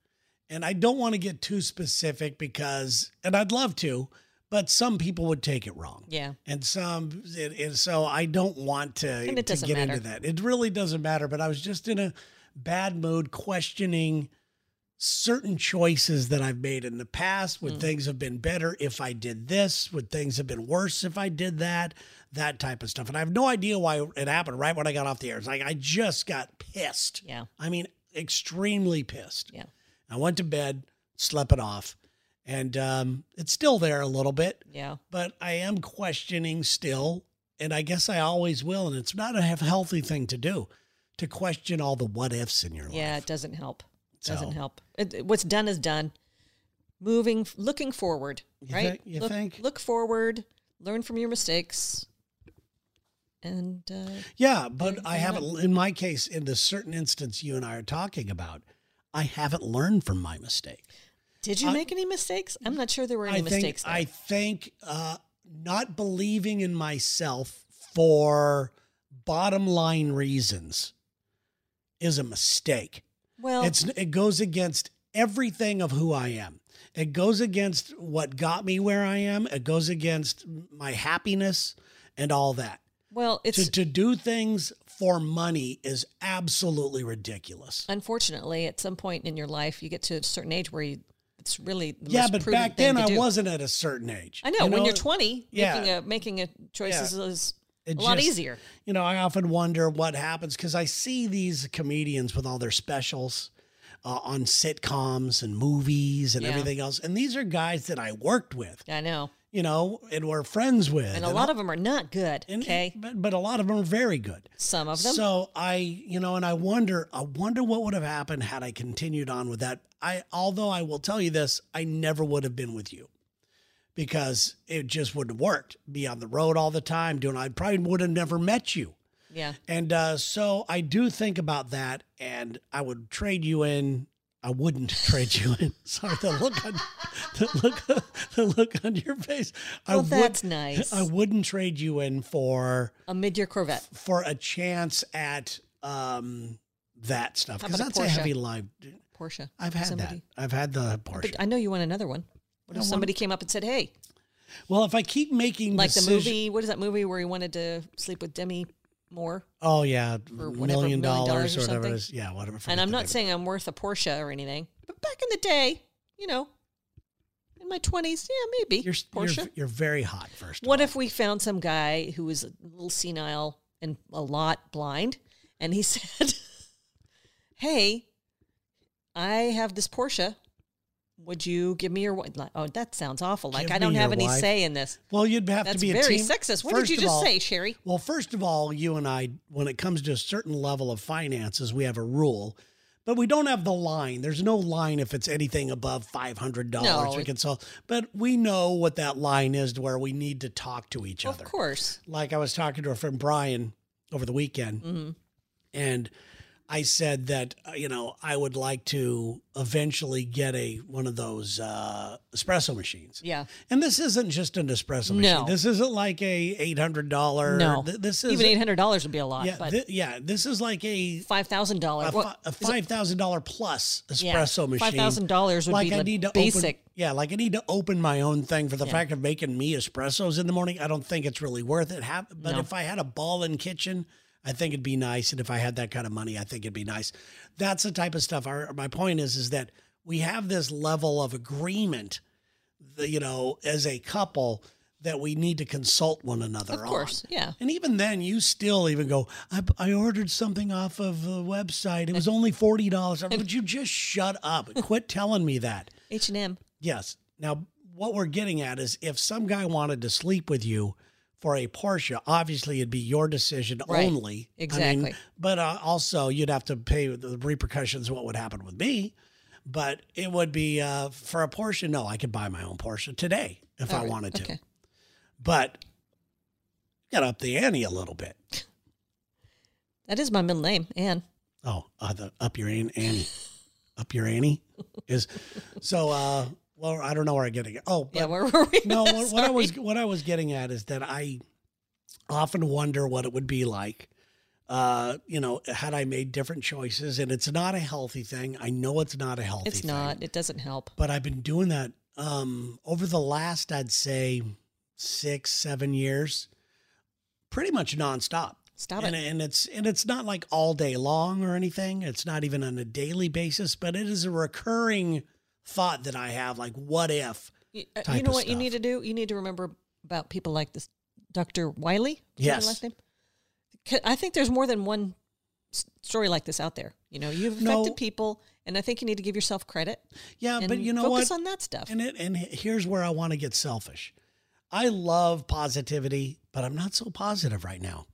[SPEAKER 1] and I don't want to get too specific because, and I'd love to, but some people would take it wrong.
[SPEAKER 2] yeah.
[SPEAKER 1] And some, and, and so I don't want to,
[SPEAKER 2] And it
[SPEAKER 1] to
[SPEAKER 2] doesn't
[SPEAKER 1] get
[SPEAKER 2] matter.
[SPEAKER 1] into that. It really doesn't matter. But I was just in a bad mood, questioning certain choices that I've made in the past.
[SPEAKER 2] Hmm.
[SPEAKER 1] Would things have been better if I did this? Would things have been worse if I did that? That type of stuff. And I have no idea why it happened right when I got off the air. It's like I just got pissed.
[SPEAKER 2] Yeah.
[SPEAKER 1] I mean, extremely pissed.
[SPEAKER 2] Yeah.
[SPEAKER 1] I went to bed, slept it off, and um, it's still there a little bit
[SPEAKER 2] Yeah.
[SPEAKER 1] but I am questioning still, and I guess I always will. And it's not a he- healthy thing to do to question all the what ifs in your life.
[SPEAKER 2] Yeah, it doesn't help. Doesn't
[SPEAKER 1] So-
[SPEAKER 2] help. It, it- what's done is done. Moving, looking forward,
[SPEAKER 1] You
[SPEAKER 2] right?
[SPEAKER 1] think- you
[SPEAKER 2] look,
[SPEAKER 1] think?
[SPEAKER 2] look forward, learn from your mistakes, and uh,
[SPEAKER 1] Yeah, but I haven't, in my case, in the certain instance you and I are talking about, I haven't learned from my mistake.
[SPEAKER 2] did you make any mistakes? I'm not sure there were any
[SPEAKER 1] I think,
[SPEAKER 2] mistakes. there.
[SPEAKER 1] I think uh, not believing in myself for bottom line reasons is a mistake.
[SPEAKER 2] well,
[SPEAKER 1] It's it goes against everything of who I am. It goes against what got me where I am. It goes against my happiness and all that.
[SPEAKER 2] well, it's
[SPEAKER 1] To, to do things for money is absolutely ridiculous.
[SPEAKER 2] unfortunately at some point in your life you get to a certain age where you, it's really the
[SPEAKER 1] Yeah,
[SPEAKER 2] most
[SPEAKER 1] but
[SPEAKER 2] prudent
[SPEAKER 1] back
[SPEAKER 2] thing
[SPEAKER 1] then
[SPEAKER 2] to
[SPEAKER 1] I
[SPEAKER 2] do.
[SPEAKER 1] wasn't at a certain age.
[SPEAKER 2] I know,
[SPEAKER 1] You
[SPEAKER 2] when you're 20,
[SPEAKER 1] yeah.
[SPEAKER 2] making a making a choices is a
[SPEAKER 1] It
[SPEAKER 2] lot
[SPEAKER 1] just-
[SPEAKER 2] easier.
[SPEAKER 1] You know, I often wonder what happens because I see these comedians with all their specials uh, on sitcoms and movies and
[SPEAKER 2] Yeah.
[SPEAKER 1] everything else. And these are guys that I worked with,
[SPEAKER 2] I know,
[SPEAKER 1] you know, and were friends with.
[SPEAKER 2] and a lot of them are not good.
[SPEAKER 1] And-
[SPEAKER 2] okay,
[SPEAKER 1] But, but a lot of them are very good.
[SPEAKER 2] some of them.
[SPEAKER 1] So I, you know, and I wonder, I wonder what would have happened had I continued on with that. I, although I will tell you this, I never would have been with you because it just wouldn't have worked. Be on the road all the time doing, I probably would have never met you.
[SPEAKER 2] yeah.
[SPEAKER 1] And uh, so I do think about that and I would trade you in I wouldn't trade you in. Sorry, the look on the look the look on your face. I
[SPEAKER 2] Well, that's nice.
[SPEAKER 1] I wouldn't trade you in for
[SPEAKER 2] A mid-year Corvette.
[SPEAKER 1] for a chance at um that stuff
[SPEAKER 2] How
[SPEAKER 1] because
[SPEAKER 2] about a
[SPEAKER 1] that's a
[SPEAKER 2] Porsche?
[SPEAKER 1] heavy line.
[SPEAKER 2] Porsche.
[SPEAKER 1] I've had
[SPEAKER 2] Somebody-
[SPEAKER 1] that. I've had the Porsche.
[SPEAKER 2] But I know you want another one. What if
[SPEAKER 1] want-
[SPEAKER 2] somebody came up and said, "Hey,
[SPEAKER 1] well, if I keep making
[SPEAKER 2] uh, like the
[SPEAKER 1] decision-
[SPEAKER 2] movie? What is that movie where he wanted to sleep with Demi Moore?"
[SPEAKER 1] oh yeah,
[SPEAKER 2] whatever,
[SPEAKER 1] million
[SPEAKER 2] million
[SPEAKER 1] dollars
[SPEAKER 2] dollars
[SPEAKER 1] or
[SPEAKER 2] or
[SPEAKER 1] whatever it
[SPEAKER 2] something.
[SPEAKER 1] is. Yeah, whatever.
[SPEAKER 2] And
[SPEAKER 1] forget
[SPEAKER 2] I'm
[SPEAKER 1] the
[SPEAKER 2] not
[SPEAKER 1] name.
[SPEAKER 2] saying I'm worth a Porsche or anything, but back in the day, you know, in my 20s, yeah, maybe
[SPEAKER 1] you're,
[SPEAKER 2] Porsche.
[SPEAKER 1] you're you're very hot first.
[SPEAKER 2] what if we found some guy who was a little senile and a lot blind, and he said, "Hey, I have this Porsche. Would you give me your wife?" Oh, that sounds awful. Like
[SPEAKER 1] Give
[SPEAKER 2] I don't
[SPEAKER 1] me
[SPEAKER 2] have
[SPEAKER 1] your
[SPEAKER 2] any
[SPEAKER 1] wife.
[SPEAKER 2] say in this.
[SPEAKER 1] Well, you'd have to
[SPEAKER 2] That's
[SPEAKER 1] be a
[SPEAKER 2] very
[SPEAKER 1] team-
[SPEAKER 2] sexist. What did
[SPEAKER 1] first
[SPEAKER 2] you
[SPEAKER 1] of
[SPEAKER 2] just
[SPEAKER 1] all-
[SPEAKER 2] say, Sherry?
[SPEAKER 1] Well, first of all, you and I, when it comes to a certain level of finances, we have a rule, but we don't have the line. There's no line if it's anything above five hundred dollars.
[SPEAKER 2] No,
[SPEAKER 1] we
[SPEAKER 2] it-
[SPEAKER 1] can sell, but we know what that line is to where we need to talk to each other.
[SPEAKER 2] Of course.
[SPEAKER 1] Like I was talking to our friend Brian over the weekend,
[SPEAKER 2] Mm-hmm.
[SPEAKER 1] and I said that uh, you know I would like to eventually get a one of those uh, espresso machines.
[SPEAKER 2] Yeah.
[SPEAKER 1] And this isn't just an espresso machine.
[SPEAKER 2] No.
[SPEAKER 1] This isn't like a eight hundred dollar.
[SPEAKER 2] No.
[SPEAKER 1] this is
[SPEAKER 2] Even eight hundred dollars would be a lot,
[SPEAKER 1] yeah,
[SPEAKER 2] but
[SPEAKER 1] thi- yeah. This is like a
[SPEAKER 2] five thousand
[SPEAKER 1] a,
[SPEAKER 2] dollars.
[SPEAKER 1] fi- a five thousand dollar plus espresso machine.
[SPEAKER 2] Five thousand dollars would
[SPEAKER 1] Like
[SPEAKER 2] be
[SPEAKER 1] I
[SPEAKER 2] the
[SPEAKER 1] need to
[SPEAKER 2] basic.
[SPEAKER 1] open. Yeah, like I need to open my own thing for the fact of making me espressos in the morning. I don't think it's really worth it. Hap- But
[SPEAKER 2] No.
[SPEAKER 1] if I had a ball in kitchen. I think it'd be nice, and if I had that kind of money, I think it'd be nice. That's the type of stuff. Our, my point is, is that we have this level of agreement the, you know, as a couple that we need to consult one another
[SPEAKER 2] Of course,
[SPEAKER 1] on.
[SPEAKER 2] yeah.
[SPEAKER 1] And even then, you still even go, I, I ordered something off of the website. It was only $40. I'm, Would you just shut up? Quit telling me that.
[SPEAKER 2] H and M.
[SPEAKER 1] Yes. Now, what we're getting at is if some guy wanted to sleep with you for a Porsche, obviously it'd be your decision
[SPEAKER 2] Right.
[SPEAKER 1] only. I mean,
[SPEAKER 2] Exactly.
[SPEAKER 1] but uh, also, you'd have to pay the repercussions of what would happen with me. But it would be uh, for a Porsche. No, I could buy my own Porsche today if I wanted to.
[SPEAKER 2] Okay.
[SPEAKER 1] But got up the ante a little bit.
[SPEAKER 2] That is my middle name, Anne.
[SPEAKER 1] Oh, uh, the up your an- Annie, up your Annie is so. uh Well, I don't know where I'm getting it. Oh, but
[SPEAKER 2] yeah, where were we?
[SPEAKER 1] no, what, what I
[SPEAKER 2] Sorry.
[SPEAKER 1] was what I was getting at is that I often wonder what it would be like. Uh, you know, had I made different choices, and it's not a healthy thing. I know it's not a healthy.
[SPEAKER 2] It's
[SPEAKER 1] thing,
[SPEAKER 2] not. It doesn't help.
[SPEAKER 1] But I've been doing that um, over the last, I'd say, six, seven years, pretty much nonstop.
[SPEAKER 2] Stop
[SPEAKER 1] and,
[SPEAKER 2] it.
[SPEAKER 1] and it's and it's not like all day long or anything. It's not even on a daily basis, but it is a recurring thought that I have. Like, what if?
[SPEAKER 2] You, uh,
[SPEAKER 1] type
[SPEAKER 2] you know
[SPEAKER 1] of
[SPEAKER 2] what you
[SPEAKER 1] stuff.
[SPEAKER 2] need to do? You need to remember about people like this, Doctor Wiley. Is that her
[SPEAKER 1] Yes.
[SPEAKER 2] last name? 'Cause I think there's more than one s- story like this out there. You know, you've
[SPEAKER 1] No.
[SPEAKER 2] affected people, and I think you need to give yourself credit.
[SPEAKER 1] Yeah,
[SPEAKER 2] and
[SPEAKER 1] but you know what?
[SPEAKER 2] focus on that stuff.
[SPEAKER 1] And it and here's where I want to get selfish. I love positivity, but I'm not so positive right now.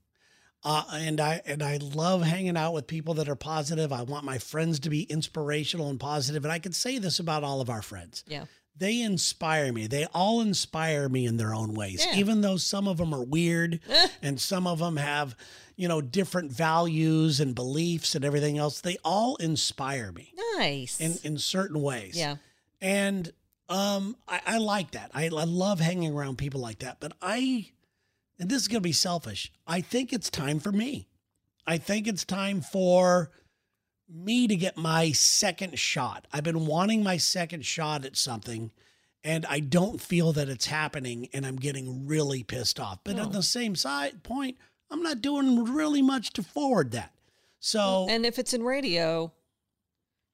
[SPEAKER 1] Uh, and I and I love hanging out with people that are positive. I want my friends to be inspirational and positive, and I can say this about all of our friends.
[SPEAKER 2] yeah.
[SPEAKER 1] They inspire me. They all inspire me in their own ways,
[SPEAKER 2] Yeah. Eh.
[SPEAKER 1] even though some of them are weird and some of them have, you know, different values and beliefs and everything else. They all inspire me
[SPEAKER 2] Nice.
[SPEAKER 1] in in certain ways
[SPEAKER 2] yeah.
[SPEAKER 1] and um, I, I like that. I, I love hanging around people like that. But I, and this is going to be selfish. I think it's time for me. I think it's time for me to get my second shot. I've been wanting my second shot at something, and I don't feel that it's happening, and I'm getting really pissed off. But at the same side point, I'm not doing really much to forward that. So
[SPEAKER 2] And if it's in radio,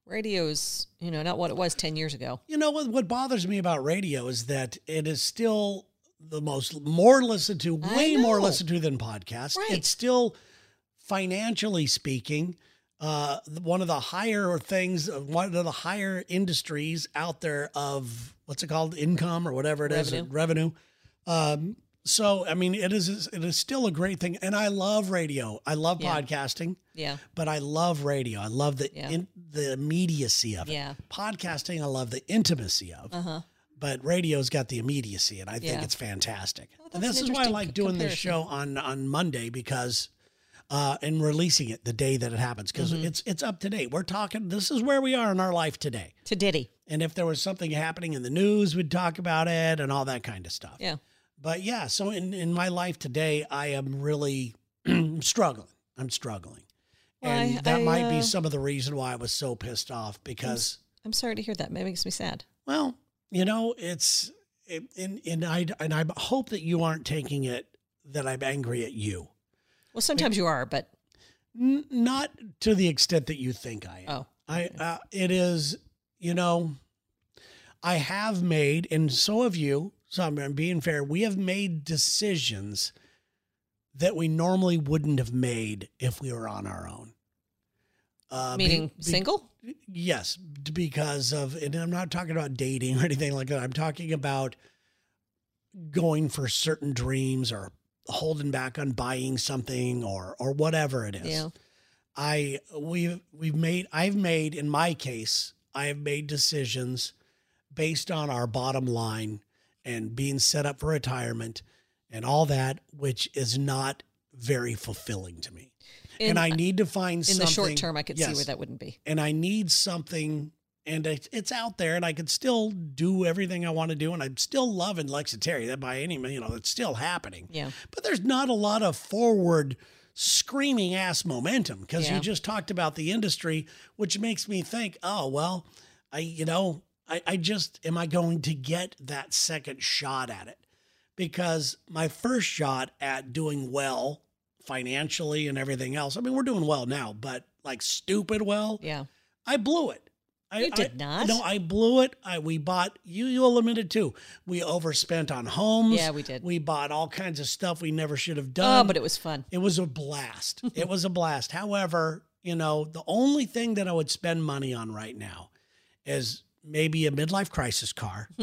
[SPEAKER 2] radio's, you know, not what it was 10 years ago.
[SPEAKER 1] You know what? What bothers me about radio is that it is still the most more listened to,
[SPEAKER 2] I
[SPEAKER 1] way more
[SPEAKER 2] know.
[SPEAKER 1] listened to than podcasts.
[SPEAKER 2] Right.
[SPEAKER 1] It's still financially speaking, uh, one of the higher things, uh, one of the higher industries out there of what's it called, income or whatever it is,
[SPEAKER 2] Revenue.
[SPEAKER 1] revenue. Um, so I mean, it is it is still a great thing, and I love radio. I love
[SPEAKER 2] Yeah.
[SPEAKER 1] podcasting
[SPEAKER 2] Yeah.
[SPEAKER 1] but I love radio. I love the
[SPEAKER 2] Yeah.
[SPEAKER 1] in, the immediacy of it.
[SPEAKER 2] Yeah.
[SPEAKER 1] Podcasting, I love the intimacy of.
[SPEAKER 2] Uh-huh.
[SPEAKER 1] But radio's got the immediacy, and I think
[SPEAKER 2] Yeah.
[SPEAKER 1] it's fantastic.
[SPEAKER 2] Well,
[SPEAKER 1] and
[SPEAKER 2] that's
[SPEAKER 1] this
[SPEAKER 2] an
[SPEAKER 1] is why I
[SPEAKER 2] interesting
[SPEAKER 1] like
[SPEAKER 2] c-
[SPEAKER 1] doing this
[SPEAKER 2] comparison.
[SPEAKER 1] show on on Monday because uh, and releasing it the day that it happens because
[SPEAKER 2] Mm-hmm.
[SPEAKER 1] it's it's up to date. We're talking. This is where we are in our life today.
[SPEAKER 2] To Diddy.
[SPEAKER 1] And if there was something happening in the news, we'd talk about it and all that kind of stuff.
[SPEAKER 2] Yeah.
[SPEAKER 1] But yeah, so in in my life today, I am really struggling. I'm struggling.
[SPEAKER 2] Well,
[SPEAKER 1] and
[SPEAKER 2] I-
[SPEAKER 1] that
[SPEAKER 2] I,
[SPEAKER 1] might
[SPEAKER 2] uh,
[SPEAKER 1] be some of the reason why I was so pissed off because
[SPEAKER 2] I'm sorry to hear that. That makes me sad.
[SPEAKER 1] well, you know, it's it, and and I and I hope that you aren't taking it that I'm angry at you.
[SPEAKER 2] Well, sometimes you are, but
[SPEAKER 1] N- not to the extent that you think I am.
[SPEAKER 2] oh,
[SPEAKER 1] I uh, it is you know I have made and so have you. So I'm, I'm being fair. We have made decisions that we normally wouldn't have made if we were on our own. Uh, be-
[SPEAKER 2] meaning
[SPEAKER 1] be-
[SPEAKER 2] single?
[SPEAKER 1] Yes, d- because of, and I'm not talking about dating or anything like that. I'm talking about going for certain dreams or holding back on buying something or or whatever it is.
[SPEAKER 2] Yeah.
[SPEAKER 1] I we've we've made I've made in my case I have made decisions based on our bottom line and being set up for retirement and all that, which is not very fulfilling to me.
[SPEAKER 2] In,
[SPEAKER 1] and I need to find
[SPEAKER 2] in
[SPEAKER 1] something
[SPEAKER 2] the short term, I could see
[SPEAKER 1] Yes
[SPEAKER 2] where that wouldn't be.
[SPEAKER 1] and I need something, and it- it's out there, and I could still do everything I want to do, and I'm still loving Lexa Terry. That by any means, you know, it's still happening.
[SPEAKER 2] Yeah.
[SPEAKER 1] But there's not a lot of forward screaming ass momentum because
[SPEAKER 2] Yeah.
[SPEAKER 1] you just talked about the industry, which makes me think, oh well, I you know, I, I just am I going to get that second shot at it? Because my first shot at doing well financially and everything else, I mean, we're doing well now, but like stupid well.
[SPEAKER 2] Yeah.
[SPEAKER 1] I blew it. I,
[SPEAKER 2] You did
[SPEAKER 1] I-
[SPEAKER 2] not.
[SPEAKER 1] No, I blew it. I we bought you. You limited too. We overspent on homes.
[SPEAKER 2] Yeah, we did.
[SPEAKER 1] We bought all kinds of stuff we never should have
[SPEAKER 2] Oh,
[SPEAKER 1] done.
[SPEAKER 2] but it was fun.
[SPEAKER 1] it was a blast. it was a blast. However, you know, the only thing that I would spend money on right now is maybe a midlife crisis car,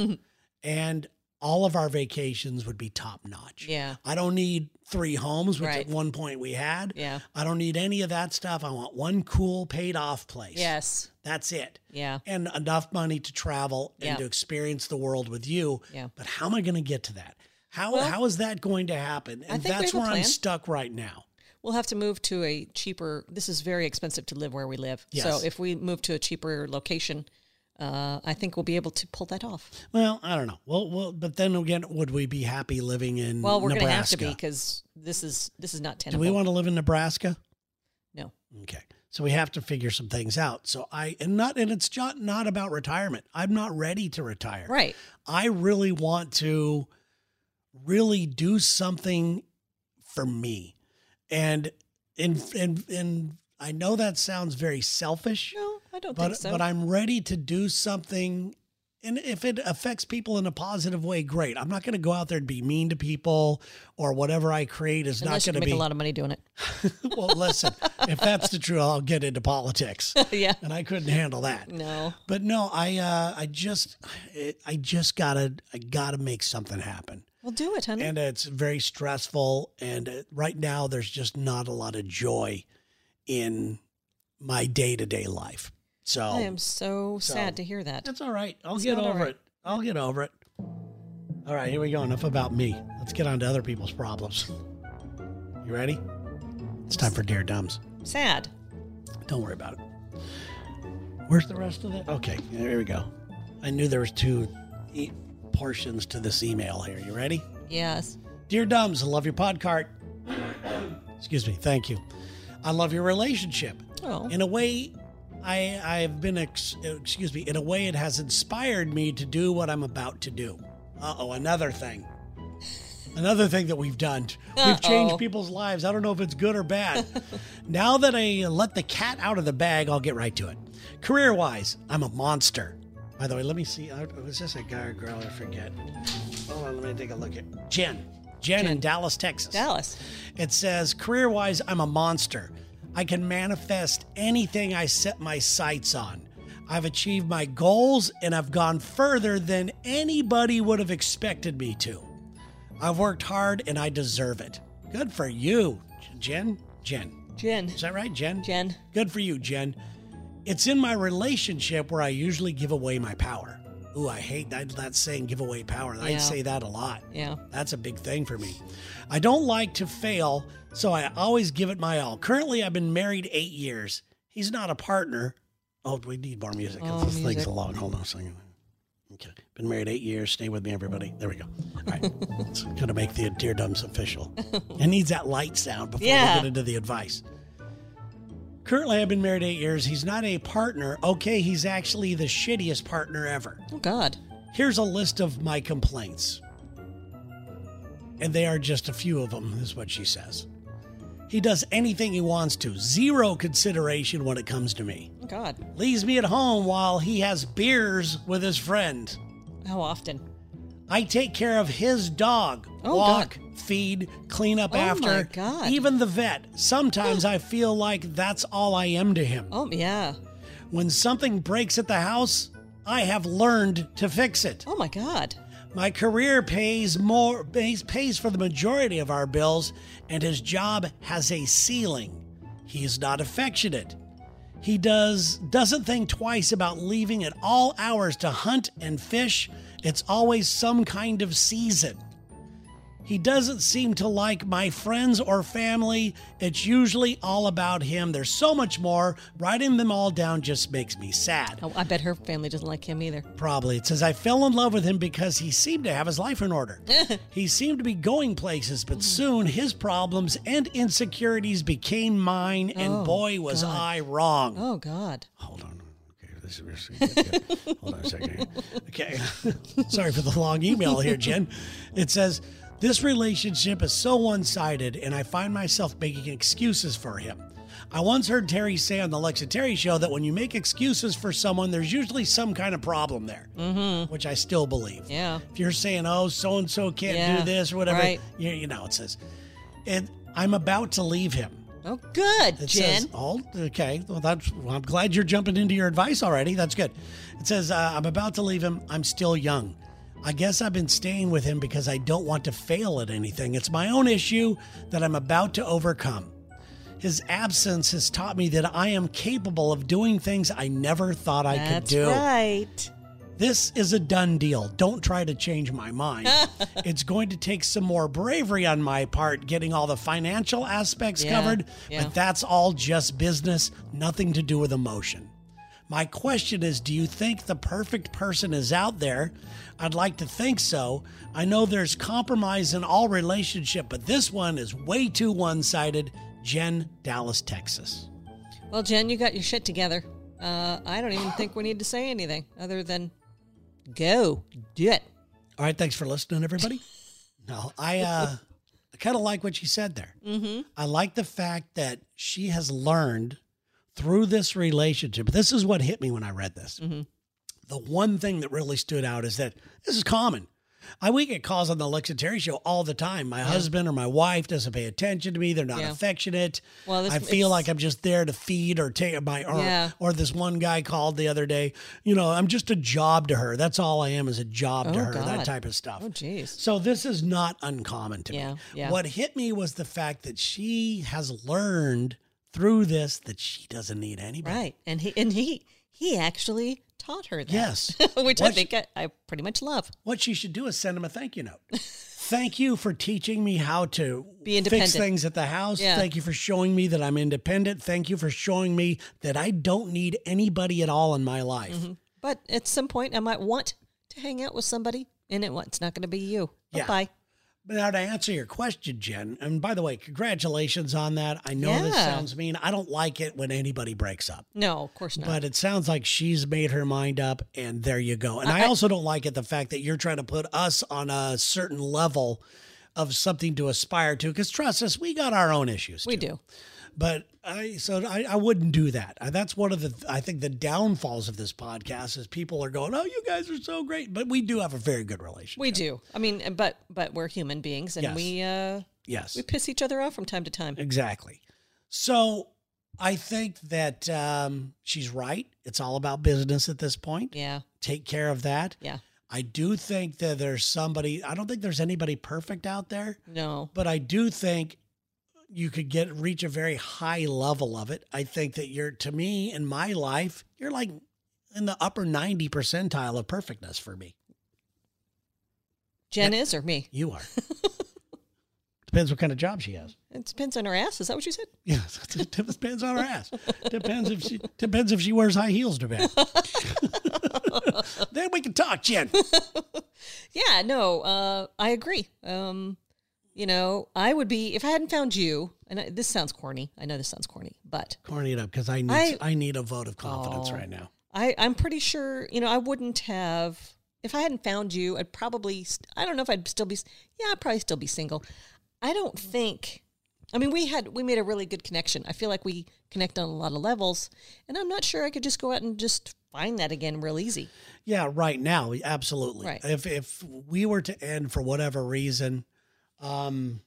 [SPEAKER 1] and all of our vacations would be top notch.
[SPEAKER 2] Yeah.
[SPEAKER 1] I don't need three homes, which
[SPEAKER 2] Right.
[SPEAKER 1] at one point we had.
[SPEAKER 2] Yeah.
[SPEAKER 1] I don't need any of that stuff. I want one cool paid off place.
[SPEAKER 2] Yes.
[SPEAKER 1] That's it.
[SPEAKER 2] Yeah.
[SPEAKER 1] And enough money to travel and
[SPEAKER 2] Yeah.
[SPEAKER 1] to experience the world with you.
[SPEAKER 2] Yeah.
[SPEAKER 1] But how am I going to get to that? How
[SPEAKER 2] Well,
[SPEAKER 1] how is that going to happen? And
[SPEAKER 2] think we
[SPEAKER 1] that's
[SPEAKER 2] have a
[SPEAKER 1] where I'm
[SPEAKER 2] plan.
[SPEAKER 1] stuck right now.
[SPEAKER 2] We'll have to move to a cheaper. This is very expensive to live where we live.
[SPEAKER 1] Yes.
[SPEAKER 2] So if we move to a cheaper location, uh, I think we'll be able to pull that off.
[SPEAKER 1] Well, I don't know. Well, well, but then again, would we be happy living in
[SPEAKER 2] Well, we're going to have
[SPEAKER 1] Nebraska?
[SPEAKER 2] to be because this is this is not
[SPEAKER 1] Do
[SPEAKER 2] tenable.
[SPEAKER 1] we want to live in Nebraska?
[SPEAKER 2] no.
[SPEAKER 1] Okay. So we have to figure some things out. So I and not and it's not not about retirement. I'm not ready to retire.
[SPEAKER 2] Right.
[SPEAKER 1] I really want to really do something for me. And and and and I know that sounds very selfish,
[SPEAKER 2] No, I don't
[SPEAKER 1] but
[SPEAKER 2] think so.
[SPEAKER 1] but I'm ready to do something and if it affects people in a positive way, great. I'm not going to go out there and be mean to people or whatever I create is not
[SPEAKER 2] Unless
[SPEAKER 1] going
[SPEAKER 2] you can
[SPEAKER 1] to
[SPEAKER 2] make
[SPEAKER 1] be
[SPEAKER 2] a lot of money doing it.
[SPEAKER 1] Well, listen, if that's the truth, I'll get into politics.
[SPEAKER 2] yeah.
[SPEAKER 1] And I couldn't handle that.
[SPEAKER 2] No.
[SPEAKER 1] But no, I uh, I just it, I just gotta I gotta make something happen,
[SPEAKER 2] Well, do it, honey.
[SPEAKER 1] and it's very stressful. And uh, right now, there's just not a lot of joy in my day to day life. So
[SPEAKER 2] I am so,
[SPEAKER 1] So-
[SPEAKER 2] sad to hear that.
[SPEAKER 1] that's all right. I'll
[SPEAKER 2] It's
[SPEAKER 1] get
[SPEAKER 2] not all
[SPEAKER 1] over
[SPEAKER 2] right.
[SPEAKER 1] it. I'll get over it. All right, here we go. Enough about me. Let's get on to other people's problems. You ready? It's time for Dear Dumbs.
[SPEAKER 2] Sad.
[SPEAKER 1] Don't worry about it. Where's the rest of it? Okay, here we go. I knew there was two e- portions to this email here. You ready?
[SPEAKER 2] Yes.
[SPEAKER 1] Dear Dumbs, I love your podcast. Excuse me. Thank you. I love your relationship.
[SPEAKER 2] Oh.
[SPEAKER 1] In a way, I I've been ex- excuse me. In a way, it has inspired me to do what I'm about to do. Uh oh, another thing. Another thing that we've done. We've
[SPEAKER 2] Uh-oh.
[SPEAKER 1] changed people's lives. I don't know if it's good or bad. now that I let the cat out of the bag, I'll get right to it. Career wise, I'm a monster. By the way, let me see. uh, Was this a guy or girl? I forget. Hold on, let me take a look at Jen. Jen, in Dallas, Texas.
[SPEAKER 2] Dallas.
[SPEAKER 1] It says, career wise, I'm a monster. I can manifest anything I set my sights on. I've achieved my goals and I've gone further than anybody would have expected me to. I've worked hard and I deserve it. Good for you, Jen. Jen.
[SPEAKER 2] Jen.
[SPEAKER 1] Is that right, Jen?
[SPEAKER 2] Jen.
[SPEAKER 1] Good for you, Jen. It's in my relationship where I usually give away my power. Ooh, I hate that, that saying give away power.
[SPEAKER 2] Yeah.
[SPEAKER 1] I'd say that a lot.
[SPEAKER 2] Yeah.
[SPEAKER 1] That's a big thing for me. I don't like to fail, so I always give it my all. Currently, I've been married eight years. He's not a partner. Oh, we need more music. 'cause
[SPEAKER 2] Oh,
[SPEAKER 1] this
[SPEAKER 2] music.
[SPEAKER 1] thing's a long. Hold on a second. Okay. Been married eight years. Stay with me, everybody. There we go. All right. it's going to make the Dear Dumbs official. It needs that light sound before
[SPEAKER 2] Yeah.
[SPEAKER 1] we get into the advice. Currently, I've been married eight years. He's not a partner. Okay, he's actually the shittiest partner ever.
[SPEAKER 2] Oh God.
[SPEAKER 1] Here's a list of my complaints. And they are just a few of them, is what she says. He does anything he wants to, zero consideration when it comes to me.
[SPEAKER 2] Oh God.
[SPEAKER 1] Leaves me at home while he has beers with his friend.
[SPEAKER 2] How often?
[SPEAKER 1] I take care of his dog,
[SPEAKER 2] Oh,
[SPEAKER 1] walk, feed, clean up
[SPEAKER 2] Oh, my
[SPEAKER 1] after,
[SPEAKER 2] God.
[SPEAKER 1] even the vet. Sometimes I feel like that's all I am to him.
[SPEAKER 2] Oh yeah.
[SPEAKER 1] When something breaks at the house, I have learned to fix it.
[SPEAKER 2] Oh my God.
[SPEAKER 1] My career pays more pays, pays for the majority of our bills and his job has a ceiling. He's not affectionate. He does doesn't think twice about leaving at all hours to hunt and fish. It's always some kind of season. He doesn't seem to like my friends or family. It's usually all about him. There's so much more. Writing them all down just makes me sad.
[SPEAKER 2] Oh, I bet her family doesn't like him either.
[SPEAKER 1] Probably. It says, I fell in love with him because he seemed to have his life in order. he seemed to be going places, but soon his problems and insecurities became mine, and
[SPEAKER 2] Oh,
[SPEAKER 1] boy, was
[SPEAKER 2] God.
[SPEAKER 1] I wrong.
[SPEAKER 2] Oh God.
[SPEAKER 1] Hold on. Okay, this is Hold on a second. Okay. Sorry for the long email here, Jen. It says, This relationship is so one sided, and I find myself making excuses for him. I once heard Terry say on the Lex and Terry show that when you make excuses for someone, there's usually some kind of problem there, mm-hmm. which I still believe.
[SPEAKER 2] Yeah.
[SPEAKER 1] If you're saying, oh, so and so can't
[SPEAKER 2] Yeah,
[SPEAKER 1] do this or whatever,
[SPEAKER 2] right.
[SPEAKER 1] you, you know, it says, and I'm about to leave him.
[SPEAKER 2] Oh good,
[SPEAKER 1] It
[SPEAKER 2] Jen.
[SPEAKER 1] says, "Oh, okay. Well, that's. Well, I'm glad you're jumping into your advice already. That's good." It says, uh, "I'm about to leave him. I'm still young. I guess I've been staying with him because I don't want to fail at anything. It's my own issue that I'm about to overcome. His absence has taught me that I am capable of doing things I never thought I
[SPEAKER 2] That's
[SPEAKER 1] could do."
[SPEAKER 2] right.
[SPEAKER 1] This is a done deal. Don't try to change my mind. it's going to take some more bravery on my part getting all the financial aspects
[SPEAKER 2] Yeah,
[SPEAKER 1] covered,
[SPEAKER 2] yeah.
[SPEAKER 1] but that's all just business, nothing to do with emotion. My question is Do you think the perfect person is out there? I'd like to think so. I know there's compromise in all relationship, but this one is way too one sided. Jen, Dallas, Texas.
[SPEAKER 2] Well, Jen, you got your shit together. Uh, I don't even think we need to say anything other than go do it.
[SPEAKER 1] All right, thanks for listening, everybody. No, I uh, I kind of like what she said there. Mm-hmm. I like the fact that she has learned through this relationship. This is what hit me when I read this.
[SPEAKER 2] Mm-hmm.
[SPEAKER 1] The one thing that really stood out is that this is common. I we get calls on the Alexa Terry show all the time. My husband or my wife doesn't pay attention to me. They're not
[SPEAKER 2] Yeah.
[SPEAKER 1] affectionate.
[SPEAKER 2] Well, this-
[SPEAKER 1] I feel
[SPEAKER 2] it's-
[SPEAKER 1] like I'm just there to feed or take my or,
[SPEAKER 2] Yeah.
[SPEAKER 1] or this one guy called the other day. You know, I'm just a job to her. That's all I am is a job to
[SPEAKER 2] Oh,
[SPEAKER 1] her.
[SPEAKER 2] God.
[SPEAKER 1] That type of stuff.
[SPEAKER 2] Oh, jeez.
[SPEAKER 1] So this is not uncommon to
[SPEAKER 2] Yeah,
[SPEAKER 1] me.
[SPEAKER 2] yeah.
[SPEAKER 1] What hit me was the fact that she has learned through this that she doesn't need anybody.
[SPEAKER 2] Right. And he and he he actually taught her that.
[SPEAKER 1] Yes.
[SPEAKER 2] Which I
[SPEAKER 1] What-
[SPEAKER 2] think I, I pretty much love.
[SPEAKER 1] What she should do is send him a thank you note. Thank you for teaching me how to
[SPEAKER 2] Be
[SPEAKER 1] fix
[SPEAKER 2] independent.
[SPEAKER 1] things at the house.
[SPEAKER 2] Yeah.
[SPEAKER 1] Thank you for showing me that I'm independent. Thank you for showing me that I don't need anybody at all in my life.
[SPEAKER 2] Mm-hmm. But at some point I might want to hang out with somebody and it it's not gonna be you.
[SPEAKER 1] Yeah.
[SPEAKER 2] Bye.
[SPEAKER 1] But Now to answer your question, Jen, and by the way, congratulations on that. I know this
[SPEAKER 2] Yeah.
[SPEAKER 1] sounds mean. I don't like it when anybody breaks up.
[SPEAKER 2] No, of course not.
[SPEAKER 1] But it sounds like she's made her mind up, and there you go. And I, also don't like it the fact that you're trying to put us on a certain level of something to aspire to. Because trust us, we got our own issues.
[SPEAKER 2] we
[SPEAKER 1] too.
[SPEAKER 2] do.
[SPEAKER 1] But I so I, I wouldn't do that. Uh, That's one of the I think the downfalls of this podcast is people are going, "Oh, you guys are so great," but we do have a very good relationship.
[SPEAKER 2] We do. I mean uh, but but we're human beings and
[SPEAKER 1] Yes.
[SPEAKER 2] we uh
[SPEAKER 1] yes,
[SPEAKER 2] we piss each other off from time to time.
[SPEAKER 1] Exactly. So I think that um, she's right. It's all about business at this point.
[SPEAKER 2] Yeah.
[SPEAKER 1] Take care of that.
[SPEAKER 2] Yeah.
[SPEAKER 1] I do think that there's somebody, I don't think there's anybody perfect out there,
[SPEAKER 2] No.
[SPEAKER 1] but I do think you could get reach a very high level of it. I think that you're to me in my life, you're like in the upper 90 percentile of perfectness for me.
[SPEAKER 2] Jen is or me?
[SPEAKER 1] You are. Depends what kind of job she has.
[SPEAKER 2] It depends on her ass. Is that what you said?
[SPEAKER 1] Yeah, it depends on her ass. Depends if she depends if she wears high heels to bed. then we can talk, Jen.
[SPEAKER 2] Yeah, no, uh, I agree. Um, you know, I would be if I hadn't found you. And I, this sounds corny. I know this sounds corny, but
[SPEAKER 1] Corny it up because I need I,
[SPEAKER 2] I-
[SPEAKER 1] need a vote of confidence
[SPEAKER 2] Oh.
[SPEAKER 1] right now.
[SPEAKER 2] I I'm pretty sure you know I wouldn't have if I hadn't found you. I'd probably st- I don't know if I'd still be yeah I'd probably still be single. I don't
[SPEAKER 1] Mm-hmm.
[SPEAKER 2] think. I mean, we had we made a really good connection. I feel like we connect on a lot of levels, and I'm not sure I could just go out and just find that again real easy.
[SPEAKER 1] Yeah, right now, absolutely.
[SPEAKER 2] Right.
[SPEAKER 1] If if we were to end for whatever reason, um,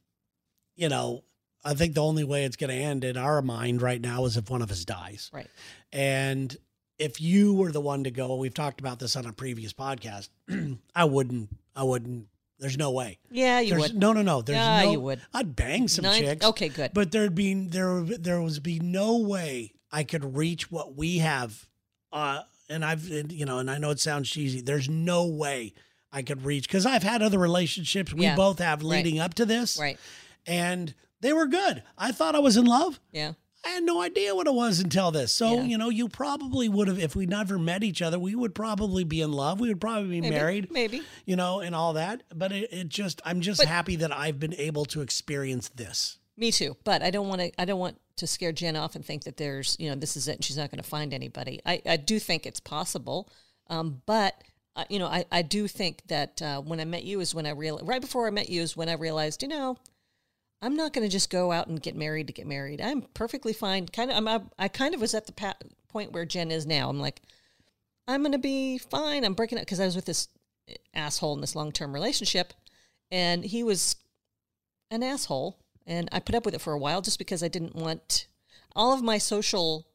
[SPEAKER 1] you know, I think the only way it's going to end in our mind right now is if one of us dies.
[SPEAKER 2] Right.
[SPEAKER 1] And if you were the one to go, we've talked about this on a previous podcast. I wouldn't. I wouldn't. There's no way.
[SPEAKER 2] Yeah, you
[SPEAKER 1] There's,
[SPEAKER 2] would.
[SPEAKER 1] No, no, no. There's
[SPEAKER 2] Yeah,
[SPEAKER 1] no.
[SPEAKER 2] you would.
[SPEAKER 1] I'd bang some
[SPEAKER 2] Nine-
[SPEAKER 1] chicks.
[SPEAKER 2] Okay, good.
[SPEAKER 1] But there'd be there there was be no way I could reach what we have. Uh, and I've and, you know, and I know it sounds cheesy. There's no way I could reach because I've had other relationships we
[SPEAKER 2] Yeah,
[SPEAKER 1] both have
[SPEAKER 2] right.
[SPEAKER 1] leading up to this,
[SPEAKER 2] right.
[SPEAKER 1] and they were good. I thought I was in love.
[SPEAKER 2] Yeah.
[SPEAKER 1] I had no idea what it was until this. So,
[SPEAKER 2] Yeah.
[SPEAKER 1] you know, you probably would have, if we never met each other, we would probably be in love. We would probably be
[SPEAKER 2] Maybe,
[SPEAKER 1] married,
[SPEAKER 2] Maybe.
[SPEAKER 1] you know, and all that. But it, it just, I'm just
[SPEAKER 2] But-
[SPEAKER 1] happy that I've been able to experience this.
[SPEAKER 2] Me too, but I don't want to. I don't want to scare Jen off and think that there's, you know, this is it and she's not going to find anybody. I, I do think it's possible, um, but uh, you know, I, I do think that uh, when I met you is when I real right before I met you is when I realized, you know, I'm not going to just go out and get married to get married. I'm perfectly fine. Kind of, I'm. I, I kind of was at the pa- point where Jen is now. I'm like, I'm going to be fine. I'm breaking up because I was with this eh, asshole in this long term relationship, and he was an asshole and I put up with it for a while just because I didn't want all of my social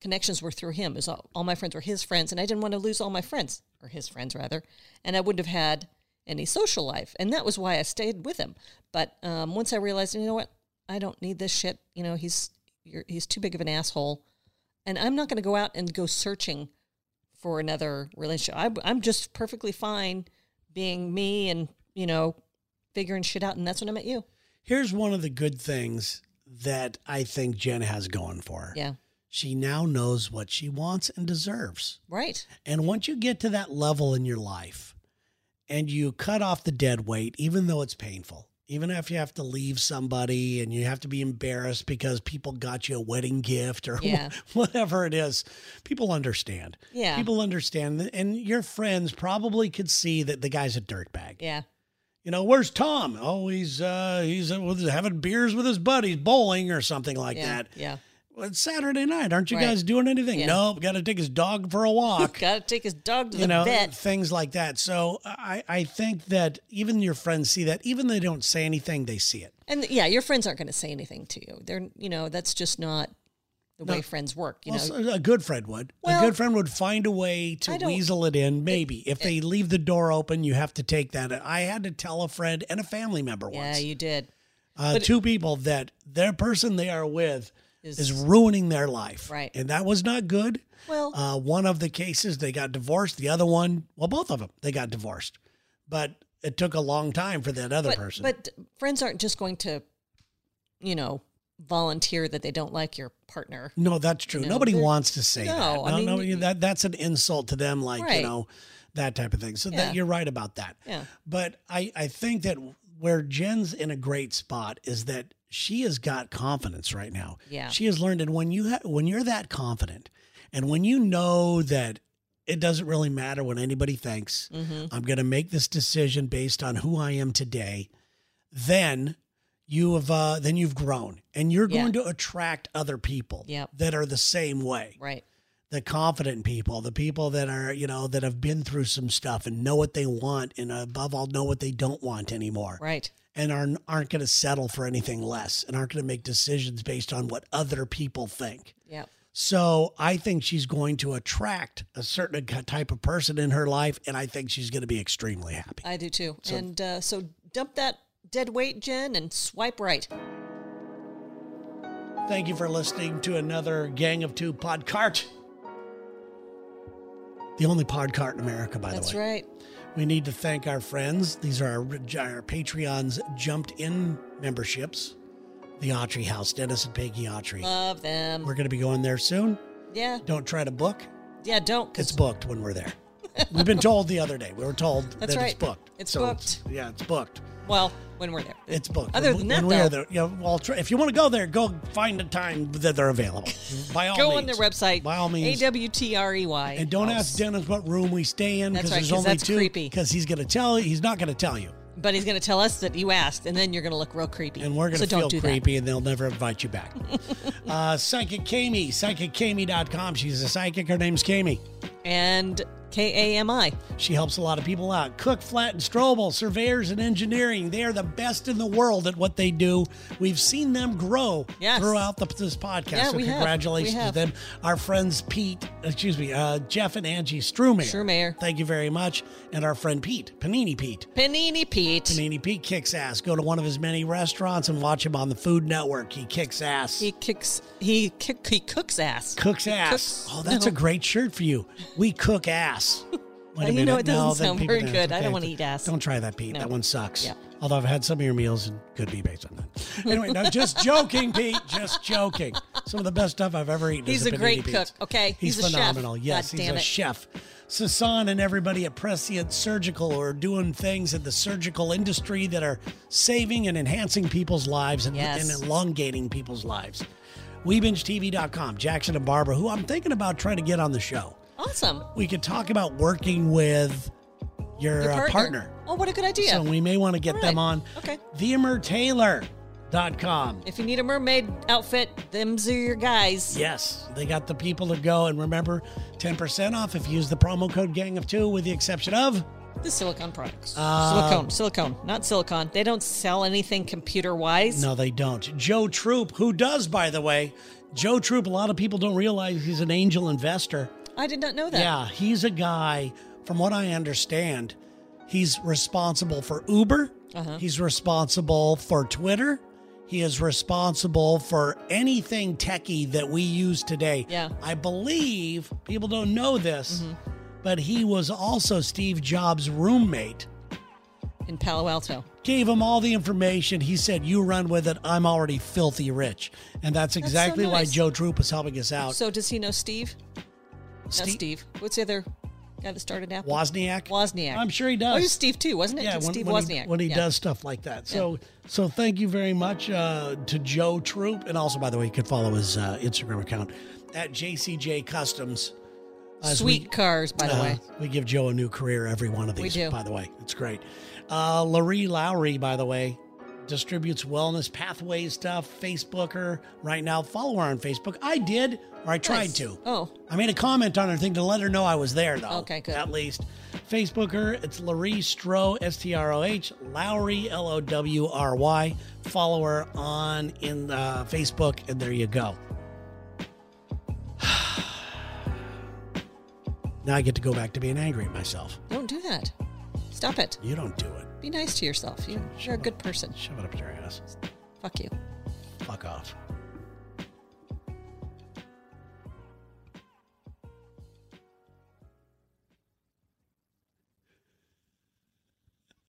[SPEAKER 2] connections were through him. It was all, all my friends were his friends and I didn't want to lose all my friends or his friends rather. And I wouldn't have had any social life. And that was why I stayed with him. But um, once I realized, you know what? I don't need this shit. You know, he's you're, he's too big of an asshole and I'm not going to go out and go searching for another relationship. I, I'm just perfectly fine being me and, you know, figuring shit out. And that's when I met you.
[SPEAKER 1] Here's one of the good things that I think Jen has going for her.
[SPEAKER 2] Yeah.
[SPEAKER 1] She now knows what she wants and deserves.
[SPEAKER 2] Right.
[SPEAKER 1] And once you get to that level in your life and you cut off the dead weight, even though it's painful, even if you have to leave somebody and you have to be embarrassed because people got you a wedding gift or
[SPEAKER 2] Yeah.
[SPEAKER 1] whatever it is, people understand.
[SPEAKER 2] Yeah.
[SPEAKER 1] People understand. And your friends probably could see that the guy's a dirtbag.
[SPEAKER 2] yeah.
[SPEAKER 1] You know, where's Tom? Oh, he's uh, he's uh, with- having beers with his buddies, bowling or something like
[SPEAKER 2] yeah.
[SPEAKER 1] that.
[SPEAKER 2] Yeah.
[SPEAKER 1] Well, it's Saturday night. Aren't you
[SPEAKER 2] Right.
[SPEAKER 1] guys doing anything?
[SPEAKER 2] Yeah.
[SPEAKER 1] Nope. Got to take his dog for a walk
[SPEAKER 2] Got to take his dog to
[SPEAKER 1] you
[SPEAKER 2] the
[SPEAKER 1] know
[SPEAKER 2] vet.
[SPEAKER 1] things like that so i i think that even your friends see that even they don't say anything they see it
[SPEAKER 2] And yeah, your friends aren't going to say anything to you. They're, you know, that's just not the way friends work. You
[SPEAKER 1] well,
[SPEAKER 2] know,
[SPEAKER 1] so- a good friend would a
[SPEAKER 2] Well-
[SPEAKER 1] good friend would find a way to
[SPEAKER 2] I don't-
[SPEAKER 1] weasel it in maybe if they leave the door open you have to take that i had to tell a friend and a family member
[SPEAKER 2] yeah,
[SPEAKER 1] once
[SPEAKER 2] you did.
[SPEAKER 1] uh,
[SPEAKER 2] but-
[SPEAKER 1] two people that their person they are with is,
[SPEAKER 2] Is-
[SPEAKER 1] ruining their life
[SPEAKER 2] Right.
[SPEAKER 1] and that was not good
[SPEAKER 2] Well,
[SPEAKER 1] Uh, one of the cases, they got divorced. The other one, well, both of them, they got divorced. But it took a long time for that other
[SPEAKER 2] but,
[SPEAKER 1] person.
[SPEAKER 2] but friends aren't just going to, you know, volunteer that they don't like your partner.
[SPEAKER 1] no, that's true.
[SPEAKER 2] know,
[SPEAKER 1] Nobody
[SPEAKER 2] they're-
[SPEAKER 1] wants to say
[SPEAKER 2] No,
[SPEAKER 1] that.
[SPEAKER 2] I
[SPEAKER 1] No,
[SPEAKER 2] mean,
[SPEAKER 1] no,
[SPEAKER 2] you-
[SPEAKER 1] that that's an insult to them, like you
[SPEAKER 2] Right.
[SPEAKER 1] know, that type of thing. So
[SPEAKER 2] Yeah.
[SPEAKER 1] that you're right about that.
[SPEAKER 2] Yeah.
[SPEAKER 1] But I I think that where Jen's in a great spot is that she has got confidence right now.
[SPEAKER 2] Yeah.
[SPEAKER 1] She has learned, and when you ha- when you're that confident, and when you know that it doesn't really matter what anybody thinks.
[SPEAKER 2] Mm-hmm.
[SPEAKER 1] I'm going to make this decision based on who I am today. Then you have uh, then you've grown, and you're
[SPEAKER 2] Yeah.
[SPEAKER 1] going to attract other people
[SPEAKER 2] Yep.
[SPEAKER 1] that are the same way.
[SPEAKER 2] Right.
[SPEAKER 1] The confident people, the people that are you know that have been through some stuff and know what they want, and above all, know what they don't want anymore,
[SPEAKER 2] Right.
[SPEAKER 1] and are aren't going to settle for anything less, and aren't going to make decisions based on what other people think.
[SPEAKER 2] Yeah.
[SPEAKER 1] So I think she's going to attract a certain ki- type of person in her life, and I think she's going to be extremely happy.
[SPEAKER 2] I do too. and uh, so dump that dead weight, Jen, and swipe right.
[SPEAKER 1] Thank you for listening to another Gang of Two podcast. the only podcast in America, by
[SPEAKER 2] That's
[SPEAKER 1] the way.
[SPEAKER 2] right.
[SPEAKER 1] We need to thank our friends. These are our, our Patreon's jumped in memberships. The Autry House, Dennis and Peggy Autry.
[SPEAKER 2] Love them.
[SPEAKER 1] we're going to be going there soon.
[SPEAKER 2] yeah.
[SPEAKER 1] Don't try to book.
[SPEAKER 2] Yeah, don't.
[SPEAKER 1] It's
[SPEAKER 2] Cause,
[SPEAKER 1] booked when we're there. We've been told the other day. We were told
[SPEAKER 2] That's
[SPEAKER 1] that it's
[SPEAKER 2] right.
[SPEAKER 1] booked.
[SPEAKER 2] It's
[SPEAKER 1] So,
[SPEAKER 2] booked.
[SPEAKER 1] Yeah, it's booked.
[SPEAKER 2] well, when we're there.
[SPEAKER 1] It's booked.
[SPEAKER 2] Other
[SPEAKER 1] When-
[SPEAKER 2] than that,
[SPEAKER 1] when we are
[SPEAKER 2] though,
[SPEAKER 1] there, yeah, well, try, if you want to go there, go find a time that they're available. By all
[SPEAKER 2] go
[SPEAKER 1] means.
[SPEAKER 2] on their website.
[SPEAKER 1] By all means.
[SPEAKER 2] A-W-T-R-E-Y.
[SPEAKER 1] and don't ask Dennis what room we stay in because
[SPEAKER 2] That's right,
[SPEAKER 1] there's
[SPEAKER 2] 'cause
[SPEAKER 1] only
[SPEAKER 2] that's
[SPEAKER 1] two.
[SPEAKER 2] creepy.
[SPEAKER 1] Because he's going to tell you. He's not going to tell you.
[SPEAKER 2] But he's going to tell us that you asked, and then you're going to look real creepy.
[SPEAKER 1] and we're going
[SPEAKER 2] so
[SPEAKER 1] to
[SPEAKER 2] don't
[SPEAKER 1] feel
[SPEAKER 2] do
[SPEAKER 1] creepy and they'll never invite you back. uh, psychic Kami, psychiccami.com. She's a psychic. Her name's Kami.
[SPEAKER 2] That. And K-A-M-I.
[SPEAKER 1] She helps a lot of people out. Cook, Flat, and Strobel, surveyors and engineering. They are the best in the world at what they do. We've seen them grow
[SPEAKER 2] Yes.
[SPEAKER 1] throughout the, this podcast.
[SPEAKER 2] Yeah,
[SPEAKER 1] so
[SPEAKER 2] we have.
[SPEAKER 1] congratulations
[SPEAKER 2] We
[SPEAKER 1] to
[SPEAKER 2] have.
[SPEAKER 1] them. Our friends Pete, excuse me, uh, Jeff and Angie Strumayer.
[SPEAKER 2] Strumayer.
[SPEAKER 1] Thank you very much. And our friend Pete, Panini Pete.
[SPEAKER 2] Panini Pete.
[SPEAKER 1] Panini Pete kicks ass. Go to one of his many restaurants and watch him on the Food Network. He kicks ass.
[SPEAKER 2] He kicks. He kick, he cooks ass.
[SPEAKER 1] Cook's ass.
[SPEAKER 2] cooks-
[SPEAKER 1] oh, that's a
[SPEAKER 2] no.
[SPEAKER 1] great shirt for you. We cook ass. Wait
[SPEAKER 2] Uh, You know, it doesn't
[SPEAKER 1] that
[SPEAKER 2] sound
[SPEAKER 1] people-
[SPEAKER 2] very
[SPEAKER 1] no,
[SPEAKER 2] good.
[SPEAKER 1] it's
[SPEAKER 2] I don't wanna eat ass.
[SPEAKER 1] Don't try that, Pete.
[SPEAKER 2] No.
[SPEAKER 1] That one sucks.
[SPEAKER 2] Yeah.
[SPEAKER 1] Although I've had some of your meals and could be based on that. Anyway, no, just joking, Pete. Just joking. Some of the best stuff I've ever eaten. is
[SPEAKER 2] He's
[SPEAKER 1] at
[SPEAKER 2] a
[SPEAKER 1] Panini
[SPEAKER 2] great
[SPEAKER 1] Pete's.
[SPEAKER 2] cook, okay?
[SPEAKER 1] He's,
[SPEAKER 2] He's a chef.
[SPEAKER 1] phenomenal. Yes,
[SPEAKER 2] God
[SPEAKER 1] he's
[SPEAKER 2] damn
[SPEAKER 1] a
[SPEAKER 2] it.
[SPEAKER 1] chef. Sasan and everybody at Prescient Surgical are doing things in the surgical industry that are saving and enhancing people's lives and,
[SPEAKER 2] Yes.
[SPEAKER 1] and elongating people's lives. WeBingeTV.com, Jackson and Barbara, who I'm thinking about trying to get on the show.
[SPEAKER 2] Awesome.
[SPEAKER 1] We could talk about working with your,
[SPEAKER 2] Your
[SPEAKER 1] uh,
[SPEAKER 2] partner.
[SPEAKER 1] partner.
[SPEAKER 2] Oh, what a good idea.
[SPEAKER 1] So we may want to get
[SPEAKER 2] All
[SPEAKER 1] them
[SPEAKER 2] right.
[SPEAKER 1] on.
[SPEAKER 2] Okay.
[SPEAKER 1] TheMerTaylor.com.
[SPEAKER 2] if you need a mermaid outfit, them's are your guys.
[SPEAKER 1] Yes, they got the people to go. And remember, 10% off if you use the promo code Gang of Two, with the exception of.
[SPEAKER 2] The silicone products.
[SPEAKER 1] Um,
[SPEAKER 2] silicone, silicone, not silicone. They don't sell anything computer wise.
[SPEAKER 1] No, they don't. Joe Troop, who does, by the way, Joe Troop, a lot of people don't realize he's an angel investor.
[SPEAKER 2] I did not know that.
[SPEAKER 1] Yeah, he's a guy, from what I understand, he's responsible for Uber. He's responsible for Twitter. He is responsible for anything techie that we use today.
[SPEAKER 2] Yeah.
[SPEAKER 1] I believe people don't know this, but he was also Steve Jobs' roommate.
[SPEAKER 2] In Palo Alto.
[SPEAKER 1] Gave him all the information. He said, You run with it. I'm already filthy rich. And that's
[SPEAKER 2] so
[SPEAKER 1] exactly
[SPEAKER 2] nice.
[SPEAKER 1] why Joe Troop is helping us out.
[SPEAKER 2] So does he know Steve? Not
[SPEAKER 1] Steve-
[SPEAKER 2] Steve. What's the other guy that started Apple?
[SPEAKER 1] Wozniak?
[SPEAKER 2] Wozniak.
[SPEAKER 1] I'm sure he does.
[SPEAKER 2] Oh, it was Steve too, wasn't it?
[SPEAKER 1] yeah, when,
[SPEAKER 2] Steve
[SPEAKER 1] when
[SPEAKER 2] Wozniak.
[SPEAKER 1] He, when he
[SPEAKER 2] Yeah.
[SPEAKER 1] does stuff like that. So so thank you very much uh, to Joe Troop, and also by the way, you could follow his uh, Instagram account at JCJ Customs. as
[SPEAKER 2] Sweet
[SPEAKER 1] we-
[SPEAKER 2] cars, by the
[SPEAKER 1] uh,
[SPEAKER 2] way.
[SPEAKER 1] we give Joe a new career every one of these.
[SPEAKER 2] We do.
[SPEAKER 1] By the way, it's great. Uh, Larry Lowry, by the way, distributes wellness pathway stuff. Facebooker right now. Follow her on Facebook. I did, or I tried
[SPEAKER 2] Nice.
[SPEAKER 1] to.
[SPEAKER 2] Oh,
[SPEAKER 1] I made a comment on her thing to let her know I was there, though.
[SPEAKER 2] Okay, good.
[SPEAKER 1] At least. Facebooker, it's Larry Stroh, S T R O H, Lowry, L O W R Y. Follow her on in uh, Facebook, and there you go. now I get to go back to being angry at myself.
[SPEAKER 2] don't do that. Stop it.
[SPEAKER 1] You don't do it.
[SPEAKER 2] Be nice to yourself. You, you're a good person.
[SPEAKER 1] Shove it up your ass.
[SPEAKER 2] Fuck you.
[SPEAKER 1] Fuck off.